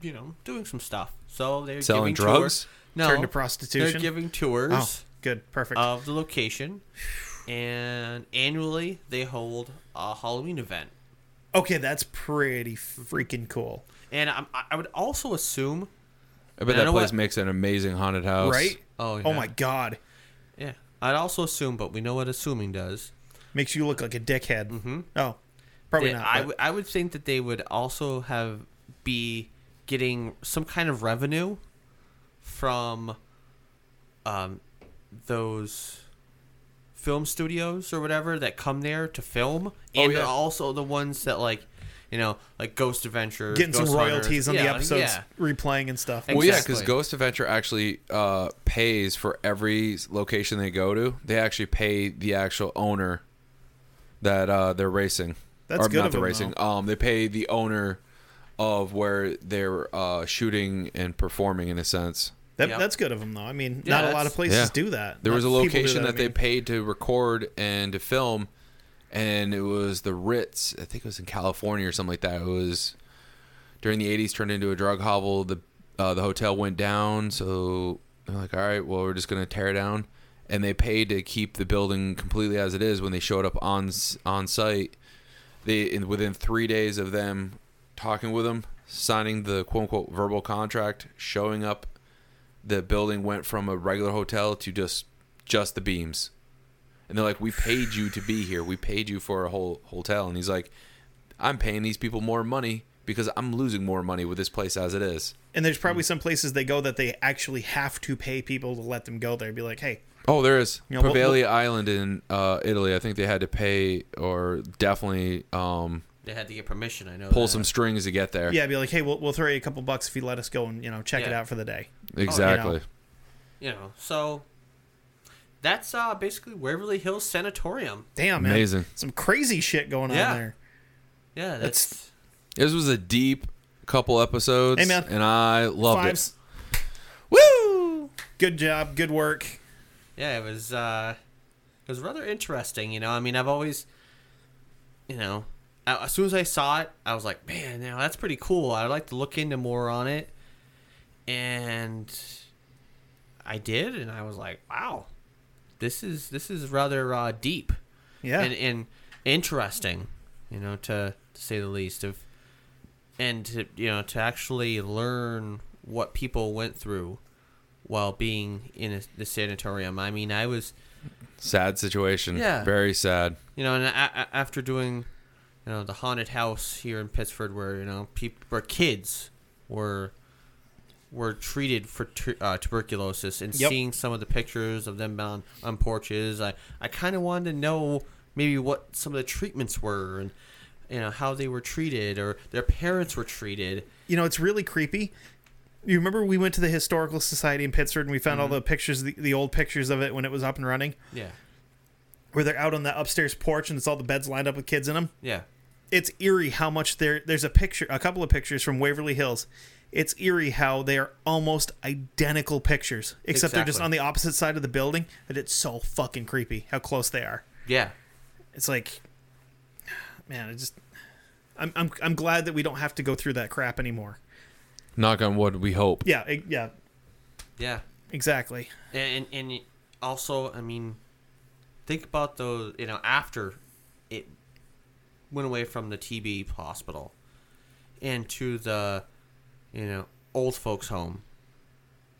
Speaker 1: you know, doing some stuff. So they're
Speaker 3: Selling
Speaker 1: giving tour-
Speaker 3: drugs?
Speaker 1: No,
Speaker 2: Turn to
Speaker 1: they're
Speaker 2: prostitution.
Speaker 1: giving Uh,
Speaker 2: oh,
Speaker 1: tours
Speaker 2: good. Perfect.
Speaker 1: of the location, and annually they hold a Halloween event.
Speaker 2: okay, that's pretty freaking cool.
Speaker 1: And I'm, I I would also assume,
Speaker 3: I bet
Speaker 1: I
Speaker 3: that
Speaker 1: know
Speaker 3: place
Speaker 1: what-
Speaker 3: makes an amazing haunted house.
Speaker 2: Right?
Speaker 1: Oh,
Speaker 2: oh
Speaker 1: yeah.
Speaker 2: my God.
Speaker 1: yeah, I'd also assume, but we know what assuming does.
Speaker 2: Makes you look like a dickhead. Mm-hmm. Oh, probably
Speaker 1: that
Speaker 2: not.
Speaker 1: I,
Speaker 2: but-
Speaker 1: w- I would think that they would also have be getting some kind of revenue from um, those film studios or whatever that come there to film,
Speaker 2: Oh,
Speaker 1: and
Speaker 3: yeah.
Speaker 1: they're also the ones that like, you know, like Ghost Adventures,
Speaker 2: Getting some
Speaker 1: Ghost Hunters.
Speaker 2: royalties on the
Speaker 1: Yeah,
Speaker 2: episodes,
Speaker 1: Yeah,
Speaker 2: replaying and stuff.
Speaker 1: Ex-
Speaker 3: Well, yeah,
Speaker 1: Exactly.
Speaker 3: because Ghost Adventure actually uh, pays for every location they go to. They actually pay the actual owner that uh, they're racing.
Speaker 2: That's
Speaker 3: or
Speaker 2: good
Speaker 3: not
Speaker 2: of
Speaker 3: the
Speaker 2: them,
Speaker 3: racing. Um, they pay the owner of where they're uh, shooting and performing in a sense.
Speaker 2: That,
Speaker 1: Yeah.
Speaker 2: That's good of them, though. I mean,
Speaker 1: Yeah,
Speaker 2: not a lot
Speaker 1: that's-
Speaker 2: of places
Speaker 3: Yeah.
Speaker 2: do that.
Speaker 3: There was a
Speaker 2: Not people do
Speaker 3: location that,
Speaker 2: I
Speaker 3: they
Speaker 2: mean.
Speaker 3: paid to record and to film, and it was the Ritz. I think it was in California or something like that. It was during the '80s, turned into a drug hovel. The uh, the hotel went down, so they're like, "All right, well, we're just gonna tear it down," and they paid to keep the building completely as it is. When they showed up on s- on site, they in, within three days of them talking with them, signing the quote unquote verbal contract, showing up the building went from a regular hotel to just just the beams and they're like we paid you to be here we paid you for a whole hotel and he's like i'm paying these people more money because i'm losing more money with this place as it is
Speaker 2: And there's
Speaker 1: Mm.
Speaker 2: probably some places they go that they actually have to pay people to let them go there. Be like, hey,
Speaker 3: oh there is
Speaker 2: You know, what-
Speaker 3: pavaglia island in uh, italy i think they had to pay or definitely um,
Speaker 1: they had to get permission. I know.
Speaker 3: pull
Speaker 1: that.
Speaker 3: some strings to get there
Speaker 2: yeah, be like, hey, we'll, we'll throw you a couple bucks if you let us go and you know check it
Speaker 1: Yeah.
Speaker 2: out for the day.
Speaker 3: exactly
Speaker 1: you know, so that's uh, basically Waverly Hills Sanatorium.
Speaker 2: Damn, man,
Speaker 3: Amazing.
Speaker 2: Some crazy shit going on
Speaker 1: Yeah.
Speaker 2: there.
Speaker 1: Yeah,
Speaker 2: That's-
Speaker 1: that's
Speaker 3: this was a deep couple episodes
Speaker 2: Hey, man.
Speaker 3: and i loved
Speaker 2: Fives.
Speaker 3: it woo
Speaker 2: Good job. Good work.
Speaker 1: yeah, it was uh it was rather interesting, you know. I mean, I've always you know, a- as soon as I saw it, I was like, man, you know, that's pretty cool. I'd like to look into more on it. And I did and I was like, wow. This is this is rather uh, deep
Speaker 2: Yeah.
Speaker 1: and and interesting, you know, to to say the least of and to you know, to actually learn what people went through while being in a, the sanatorium. I mean, I was,
Speaker 3: sad situation
Speaker 1: Yeah.
Speaker 3: very sad
Speaker 1: you know, and a a after doing, you know, the haunted house here in Pittsford, where you know, peop- where kids were were treated for tu- uh, tuberculosis, and
Speaker 2: Yep.
Speaker 1: seeing some of the pictures of them on on porches, I I kind of wanted to know maybe what some of the treatments were and. You know how they were treated, or their parents were treated.
Speaker 2: you know, it's really creepy. You remember we went to the historical society in Pittsburgh and we found all the pictures, the, the old pictures of it when it was up and running,
Speaker 1: Yeah,
Speaker 2: where they're out on the upstairs porch and it's all the beds lined up with kids in them.
Speaker 1: yeah,
Speaker 2: It's eerie how much there. There's a picture, a couple of pictures from Waverly Hills. It's eerie how they are almost identical pictures, except they're just
Speaker 1: Exactly.
Speaker 2: on the opposite side of the building. And it's so fucking creepy how close they are.
Speaker 1: yeah.
Speaker 2: It's like, man, it just. I'm, I'm, I'm glad that we don't have to go through that crap anymore.
Speaker 3: knock on wood we hope
Speaker 2: Yeah, it, yeah,
Speaker 1: Yeah.
Speaker 2: exactly.
Speaker 1: And and and also, I mean, think about those. You know, after it went away from the TB hospital and to the, you know, old folks home.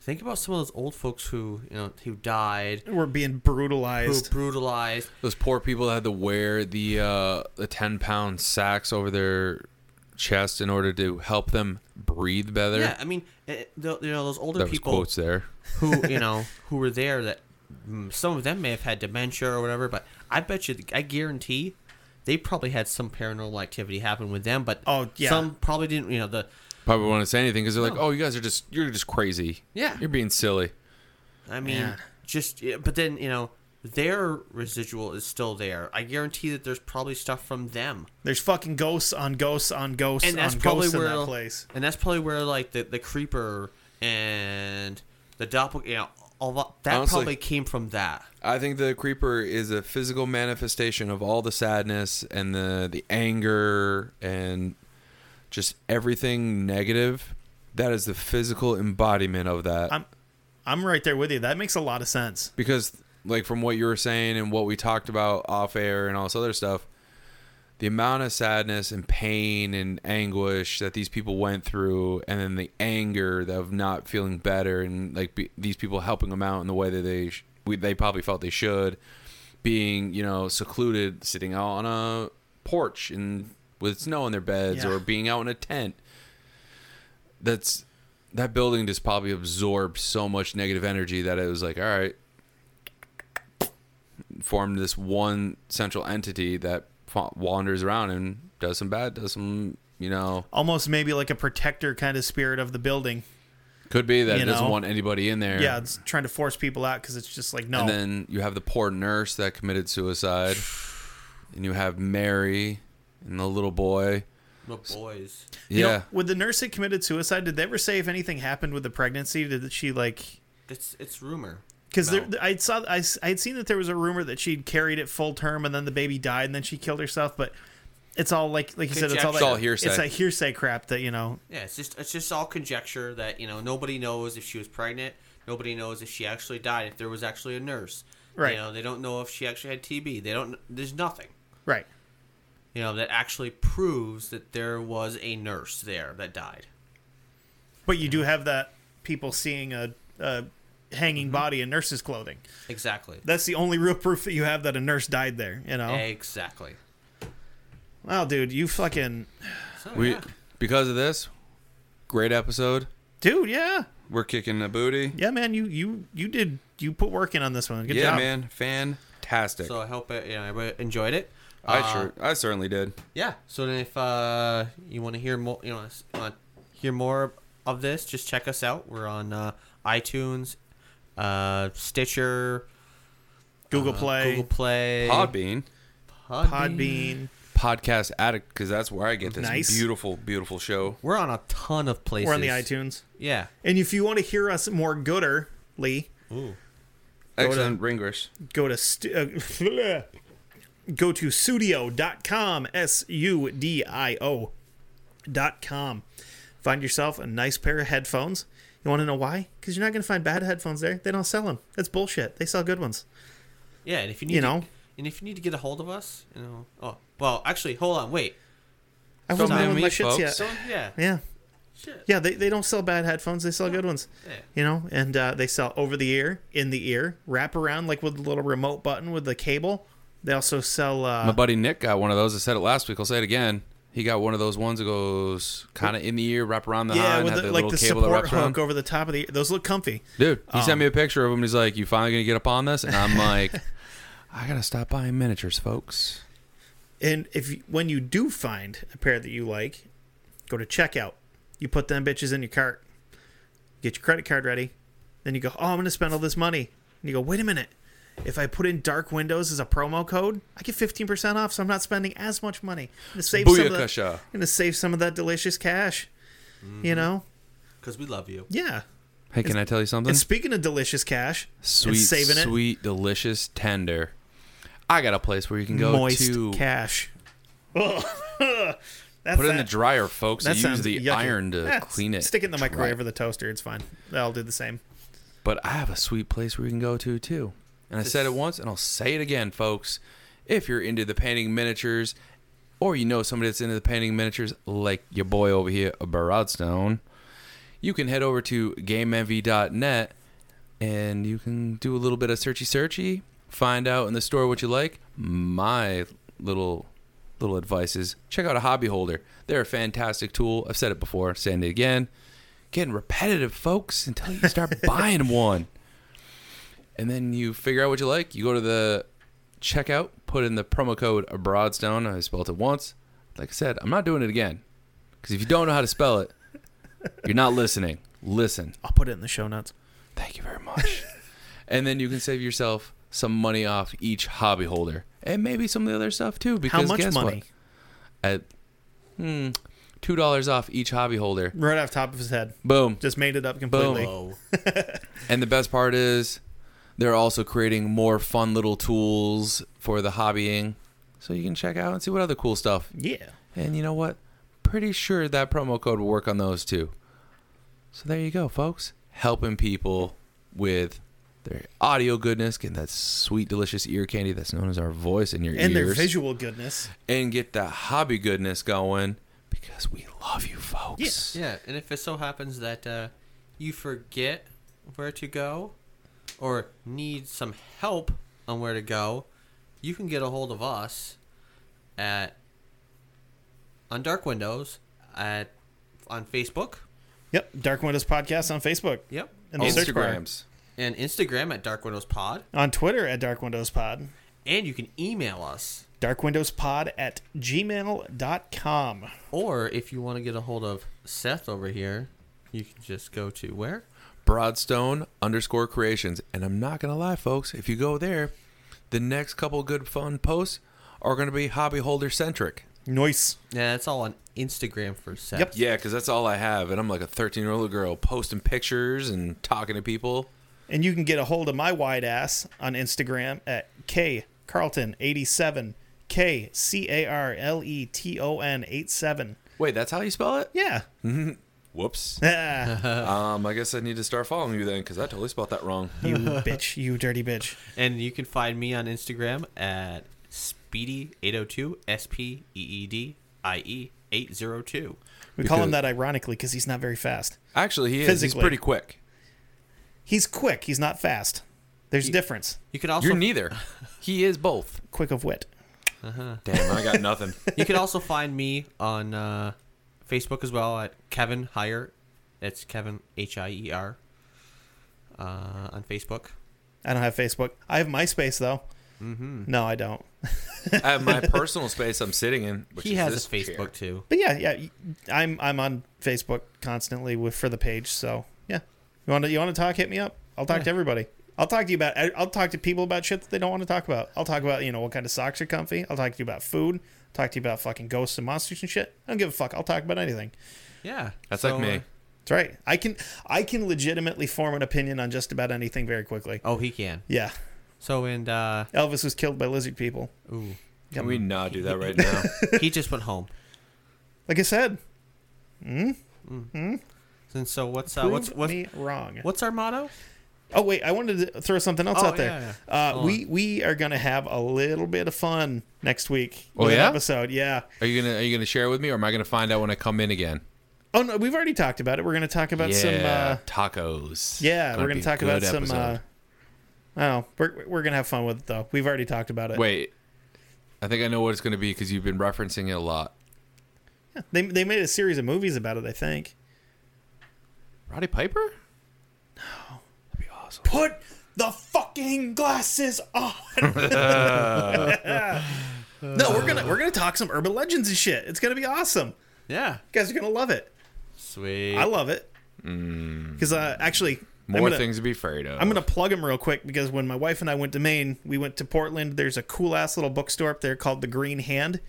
Speaker 1: Think about some of those old folks who you know who died,
Speaker 2: We're being
Speaker 1: who
Speaker 2: brutalized.
Speaker 1: brutalized.
Speaker 3: Those poor people that had to wear the uh, the ten pound sacks over their chest in order to help them breathe better.
Speaker 1: Yeah, I mean, eh, the, you know, those older
Speaker 3: that was
Speaker 1: people.
Speaker 3: quotes there.
Speaker 1: who you know who were there that mm, some of them may have had dementia or whatever but i bet you i guarantee they probably had some paranormal activity happen with them but
Speaker 2: Oh, yeah.
Speaker 1: some probably didn't you know the
Speaker 3: Probably want to say anything because they're like, "Oh, you guys are just you're just crazy.
Speaker 1: Yeah.
Speaker 3: you're being silly."
Speaker 1: i mean
Speaker 2: Man.
Speaker 1: just yeah, but then you know their residual is still there i guarantee that there's probably stuff from them
Speaker 2: There's fucking ghosts on ghosts on ghosts
Speaker 1: and that's
Speaker 2: on
Speaker 1: probably
Speaker 2: ghosts in
Speaker 1: where
Speaker 2: that place.
Speaker 1: and that's probably where like the, the creeper and the doppelganger you know, all that, that
Speaker 3: Honestly.
Speaker 1: probably came from that
Speaker 3: I think the creeper is a physical manifestation of all the sadness and the the anger and just everything negative. That is the physical embodiment of that.
Speaker 2: I'm I'm right there with you. That makes a lot of sense.
Speaker 3: because like from what you were saying and what we talked about off air and all this other stuff the amount of sadness and pain and anguish that these people went through and then the anger of not feeling better and like be, these people helping them out in the way that they sh- we, they probably felt they should being you know secluded sitting out on a porch and with snow in their beds
Speaker 2: Yeah.
Speaker 3: or being out in a tent that's that building just probably absorbed so much negative energy that it was like all right formed this one central entity that fa- wanders around and does some bad, does some, you know,
Speaker 2: Almost maybe like a protector kind of spirit of the building.
Speaker 3: could be that
Speaker 2: You
Speaker 3: it doesn't
Speaker 2: know?
Speaker 3: want anybody in there.
Speaker 2: Yeah, it's trying to force people out because it's just like no.
Speaker 3: And then you have the poor nurse that committed suicide, and you have Mary and the little boy.
Speaker 1: The boys.
Speaker 2: You know,
Speaker 3: Yeah.
Speaker 2: would the nurse that committed suicide? Did they ever say if anything happened with the pregnancy? Did she like?
Speaker 1: It's it's rumor.
Speaker 2: Because
Speaker 1: No.
Speaker 2: I saw I had seen that there was a rumor that she'd carried it full term and then the baby died and then she killed herself, but it's all like like you said, it's all,
Speaker 1: Conjecture.
Speaker 2: that,
Speaker 1: It's
Speaker 3: all hearsay.
Speaker 2: It's a hearsay crap that you know.
Speaker 1: Yeah, it's just it's just all conjecture that you know nobody knows if she was pregnant. Nobody knows if she actually died. If there was actually a nurse,
Speaker 2: Right.
Speaker 1: You know, they don't know if she actually had TB. They don't. There's nothing.
Speaker 2: Right.
Speaker 1: You know that actually proves that there was a nurse there that died.
Speaker 2: But you do have that people seeing a, a
Speaker 1: Mm-hmm.
Speaker 2: hanging body in nurse's clothing.
Speaker 1: Exactly.
Speaker 2: That's the only real proof that you have that a nurse died there. You know.
Speaker 1: Exactly.
Speaker 2: Wow, dude, you fucking
Speaker 1: So,
Speaker 3: we
Speaker 1: yeah.
Speaker 3: because of this great episode,
Speaker 2: dude, yeah,
Speaker 3: we're kicking the booty.
Speaker 2: yeah, man, you you you did you put work in on this one. Good
Speaker 3: yeah,
Speaker 2: job,
Speaker 3: man, fantastic.
Speaker 1: So I hope it, you know, everybody enjoyed it.
Speaker 3: I
Speaker 1: Uh,
Speaker 3: sure, I certainly did.
Speaker 1: Yeah. So then if uh, you want to hear more, you know, want to hear more of this, just check us out. We're on uh, iTunes, uh, Stitcher,
Speaker 2: Google
Speaker 1: uh,
Speaker 2: Play,
Speaker 1: Google Play,
Speaker 3: Podbean,
Speaker 2: Podbean.
Speaker 3: Podcast Addict, because that's where I get this
Speaker 2: Nice.
Speaker 3: beautiful, beautiful show.
Speaker 1: We're on a ton of places.
Speaker 2: We're on the iTunes.
Speaker 1: Yeah.
Speaker 2: And if you want to hear us more gooder, Lee,
Speaker 1: Ooh.
Speaker 3: Excellent Ringrish.
Speaker 2: go to stu- uh, go to studio.com, S U D I O dot com. Find yourself a nice pair of headphones. You want to know why? Because you're not going to find bad headphones there. They don't sell them. That's bullshit. They sell good ones.
Speaker 1: Yeah, and if you need,
Speaker 2: You
Speaker 1: to-
Speaker 2: know?
Speaker 1: and if you need to get a hold of us, you know, oh, well, actually, hold on, wait.
Speaker 2: I
Speaker 3: Don't
Speaker 2: wasn't
Speaker 3: mind
Speaker 2: on
Speaker 3: me,
Speaker 2: my shits
Speaker 3: folks.
Speaker 2: yet.
Speaker 1: So yeah,
Speaker 2: Yeah.
Speaker 1: shit.
Speaker 2: Yeah, they, they don't sell bad headphones. They sell good ones.
Speaker 1: Yeah.
Speaker 2: You know, and uh, they sell over the ear, in the ear, wrap around like with the little remote button with the cable. They also sell. Uh,
Speaker 3: My buddy Nick got one of those. I said it last week. I'll say it again. He got one of those ones that goes kind of in the ear, wrap around the eye,
Speaker 2: yeah,
Speaker 3: and
Speaker 2: with
Speaker 3: have
Speaker 2: the,
Speaker 3: the
Speaker 2: like
Speaker 3: little
Speaker 2: the
Speaker 3: cable that
Speaker 2: support
Speaker 3: wraps
Speaker 2: hook Oh.
Speaker 3: around.
Speaker 2: over the top of the. Those look comfy.
Speaker 3: Dude, he sent me a picture of him. He's like, "You finally gonna get up on this?" And I'm like, "I gotta stop buying miniatures, folks."
Speaker 2: And if you- when you do find a pair that you like, go to checkout. You put them bitches in your cart. Get your credit card ready. Then you go, oh, I'm going to spend all this money. And you go, wait a minute. If I put in dark windows as a promo code, I get 15% off, so I'm not spending as much money. I'm going to save, some of that-
Speaker 3: Booyakasha. Mm-hmm.
Speaker 2: I'm gonna save some of that delicious cash. You know?
Speaker 1: Because we love you.
Speaker 2: Yeah.
Speaker 3: Hey, can I tell you something?
Speaker 2: And speaking of delicious cash,
Speaker 3: sweet,
Speaker 2: and saving it,
Speaker 3: sweet, delicious, tender. I got a place where you can go
Speaker 2: moist
Speaker 3: to
Speaker 2: cash. Ugh. That's
Speaker 3: put it in the
Speaker 2: that-
Speaker 3: dryer, folks.
Speaker 2: That
Speaker 3: and use
Speaker 2: sounds
Speaker 3: the
Speaker 2: yucky.
Speaker 3: iron to
Speaker 2: Yeah,
Speaker 3: clean it.
Speaker 2: Stick it in the
Speaker 3: dry.
Speaker 2: microwave or the toaster. It's fine. That'll do the same.
Speaker 3: But I have a sweet place where you can go to too. And I said it once, and I'll say it again, folks. If you're into the painting miniatures, or you know somebody that's into the painting miniatures, like your boy over here, Barodstone, you can head over to GameMV.net and you can do a little bit of searchy searchy, find out in the store what you like. My little little advice is check out a hobby holder. They're a fantastic tool. I've said it before, saying it again. Getting repetitive, folks, until you start buying one. And then you figure out what you like. You go to the checkout, put in the promo code Broadstone. I spelled it once. Like I said, I'm not doing it again. Because if you don't know how to spell it, you're not listening. Listen.
Speaker 2: I'll put it in the show notes.
Speaker 3: Thank you very much. and then you can save yourself some money off each hobby holder, and maybe some of the other stuff too. Because
Speaker 2: How much
Speaker 3: guess
Speaker 2: money?
Speaker 3: What? At hmm, two dollars off each hobby holder.
Speaker 2: Right off the top of his head.
Speaker 3: Boom.
Speaker 2: Just made it up completely.
Speaker 1: Whoa.
Speaker 3: And the best part is, they're also creating more fun little tools for the hobbying, so you can check out and see what other cool stuff.
Speaker 2: Yeah.
Speaker 3: And you know what? Pretty sure that promo code will work on those too. So there you go, folks. Helping people with their audio goodness, getting that sweet, delicious ear candy that's known as our voice in your
Speaker 2: And their
Speaker 3: ears,
Speaker 2: visual goodness.
Speaker 3: and get that hobby goodness going because we love you, folks.
Speaker 1: Yeah, and if it so happens that uh, you forget where to go or need some help on where to go, you can get a hold of us at on Dark Windows at on Facebook.
Speaker 2: Yep. Dark Windows Podcast on Facebook.
Speaker 1: Yep.
Speaker 2: And the search bar.
Speaker 3: Instagrams.
Speaker 1: And Instagram at Dark Windows Pod.
Speaker 2: On Twitter at Dark Windows Pod.
Speaker 1: And you can email us.
Speaker 2: darkwindowspod at gmail.com.
Speaker 1: Or if you want to get a hold of Seth over here, you can just go to where?
Speaker 3: Broadstone underscore creations. And I'm not gonna lie, folks, if you go there, the next couple good fun posts are gonna be hobby holder centric.
Speaker 2: Noise.
Speaker 1: Yeah, that's all on Instagram for Seth.
Speaker 2: Yep.
Speaker 3: Yeah, because that's all I have, and I'm like a 13 year old girl posting pictures and talking to people.
Speaker 2: And you can get a hold of my wide ass on Instagram at K Carlton87. K C A R L E T O N 87.
Speaker 3: Wait, that's how you spell it?
Speaker 2: Yeah.
Speaker 3: Whoops.
Speaker 2: Ah,
Speaker 3: um, I guess I need to start following you then, because I totally spelled that wrong.
Speaker 2: you bitch. You dirty bitch.
Speaker 1: And you can find me on Instagram at Speedy802, S P E E D I E 802.
Speaker 2: We call him
Speaker 3: Because-
Speaker 2: that ironically because he's not very fast.
Speaker 3: Actually, he is. He's
Speaker 2: Physically.
Speaker 3: pretty quick.
Speaker 2: He's quick. He's not fast. There's a difference.
Speaker 1: You could also
Speaker 3: You're neither. He is both.
Speaker 2: Quick of wit.
Speaker 3: Damn, I got nothing.
Speaker 1: you can also find me on uh, Facebook as well at Kevin Hire. That's Kevin H I E R uh, on Facebook.
Speaker 2: I don't have Facebook. I have MySpace though. Mm-hmm. No, I don't.
Speaker 3: I have my personal space I'm sitting in. Which
Speaker 1: He
Speaker 3: is
Speaker 1: has
Speaker 3: this
Speaker 1: a Facebook
Speaker 3: chair.
Speaker 1: too.
Speaker 2: But yeah, yeah, I'm I'm on Facebook constantly with for the page. So yeah, you want to you want to talk? Hit me up. I'll talk to everybody. I'll talk to you about. I- I'll talk to people about shit that they don't want to talk about. I'll talk about you know what kind of socks are comfy. I'll talk to you about food. talk to you about fucking ghosts and monsters and shit. I don't give a fuck. I'll talk about anything.
Speaker 1: Yeah.
Speaker 3: That's
Speaker 1: So,
Speaker 3: like me.
Speaker 1: uh,
Speaker 2: That's right. I can I can legitimately form an opinion on just about anything very quickly.
Speaker 1: Oh, he can.
Speaker 2: Yeah,
Speaker 1: So, and uh,
Speaker 2: Elvis was killed by lizard people.
Speaker 1: ooh,
Speaker 3: Can we not do that right now?
Speaker 1: he just went home.
Speaker 2: Like I said,
Speaker 1: And so, what's uh,
Speaker 2: prove
Speaker 1: what's what's,
Speaker 2: me wrong.
Speaker 1: what's our motto?
Speaker 2: Oh wait, I wanted to throw something else
Speaker 1: Oh,
Speaker 2: out there.
Speaker 1: yeah, yeah.
Speaker 2: Uh,
Speaker 1: Hold
Speaker 2: we we are gonna have a little bit of fun next week.
Speaker 3: Oh,
Speaker 2: with an
Speaker 3: yeah?
Speaker 2: episode. Yeah.
Speaker 3: Are you gonna Are you gonna share it with me, or am I gonna find out when I come in again?
Speaker 2: Oh no, we've already talked about it. We're gonna talk about some. Uh,
Speaker 3: tacos.
Speaker 2: yeah,
Speaker 3: Gonna
Speaker 2: we're
Speaker 3: be
Speaker 2: gonna
Speaker 3: a
Speaker 2: talk about
Speaker 3: good
Speaker 2: some.
Speaker 3: episode.
Speaker 2: Uh, oh, we're we're gonna have fun with it though. We've already talked about it.
Speaker 3: Wait, I think I know what it's gonna be because you've been referencing it a lot.
Speaker 2: They they made a series of movies about it. I think.
Speaker 3: Roddy Piper? No. That'd be awesome.
Speaker 2: Put the fucking glasses on. no, we're gonna we're gonna talk some urban legends and shit. It's gonna be awesome.
Speaker 1: Yeah.
Speaker 2: You guys are gonna love it.
Speaker 1: Sweet.
Speaker 2: I love it because uh, actually, I'm
Speaker 3: Mm. More
Speaker 2: gonna,
Speaker 3: things to be afraid of.
Speaker 2: I'm gonna plug them real quick because when my wife and I went to Maine, we went to Portland. There's a cool ass little bookstore up there called the Green Hand.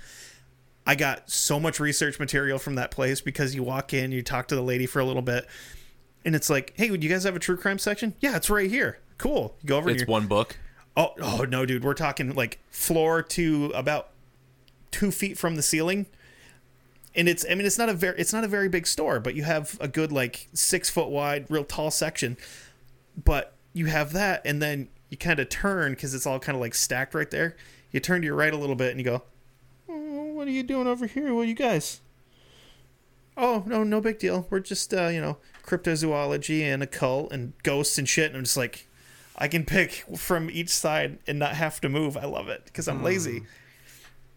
Speaker 2: I got so much research material from that place because you walk in, you talk to the lady for a little bit, and it's like, hey, would you guys have a true crime section? Yeah, it's right here. Cool. You go over. and
Speaker 3: It's
Speaker 2: you're-
Speaker 3: one book.
Speaker 2: Oh, oh no, dude. We're talking like floor to about two feet from the ceiling. And it's I mean it's not a very it's not a very big store, but you have a good like six foot wide, real tall section. But you have that, and then you kind of turn because it's all kind of like stacked right there. You turn to your right a little bit, and you go, oh, "What are you doing over here? Well, you guys." Oh no, no big deal. We're just uh, you know cryptozoology and occult and ghosts and shit. And I'm just like, I can pick from each side and not have to move. I love it because I'm lazy.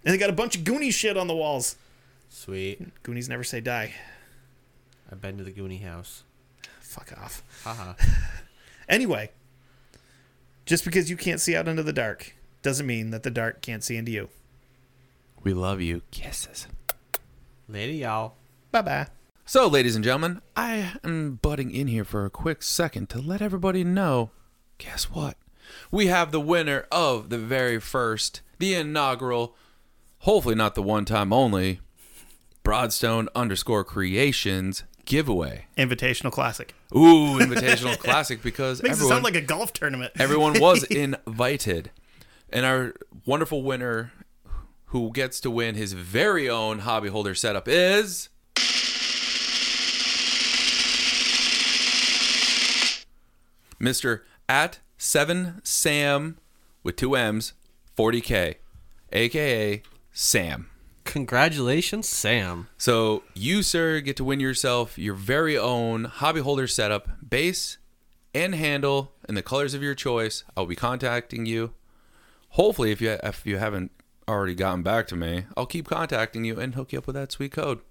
Speaker 2: And they got a bunch of Goonie shit on the walls.
Speaker 1: Sweet.
Speaker 2: Goonies never say die.
Speaker 1: I've been to the Goonie house.
Speaker 2: Fuck off.
Speaker 1: Haha.
Speaker 2: Anyway, just because you can't see out into the dark doesn't mean that the dark can't see into you.
Speaker 3: We love you. Kisses.
Speaker 1: Later, y'all.
Speaker 2: Bye bye.
Speaker 3: So, ladies and gentlemen, I am butting in here for a quick second to let everybody know guess what? We have the winner of the very first, the inaugural, hopefully not the one time only, Broadstone underscore creations giveaway.
Speaker 2: Invitational classic.
Speaker 3: Ooh, Invitational Classic because
Speaker 2: Makes it
Speaker 3: everyone,
Speaker 2: sound like a golf tournament.
Speaker 3: everyone was invited. And our wonderful winner who gets to win his very own hobby holder setup is. Mr. At 7Sam with two M's, 40K, aka Sam.
Speaker 1: Congratulations, Sam.
Speaker 3: So you, sir, get to win yourself your very own hobby holder setup, base and handle in the colors of your choice. I'll be contacting you. Hopefully, if you if you haven't already gotten back to me, I'll keep contacting you and hook you up with that sweet code.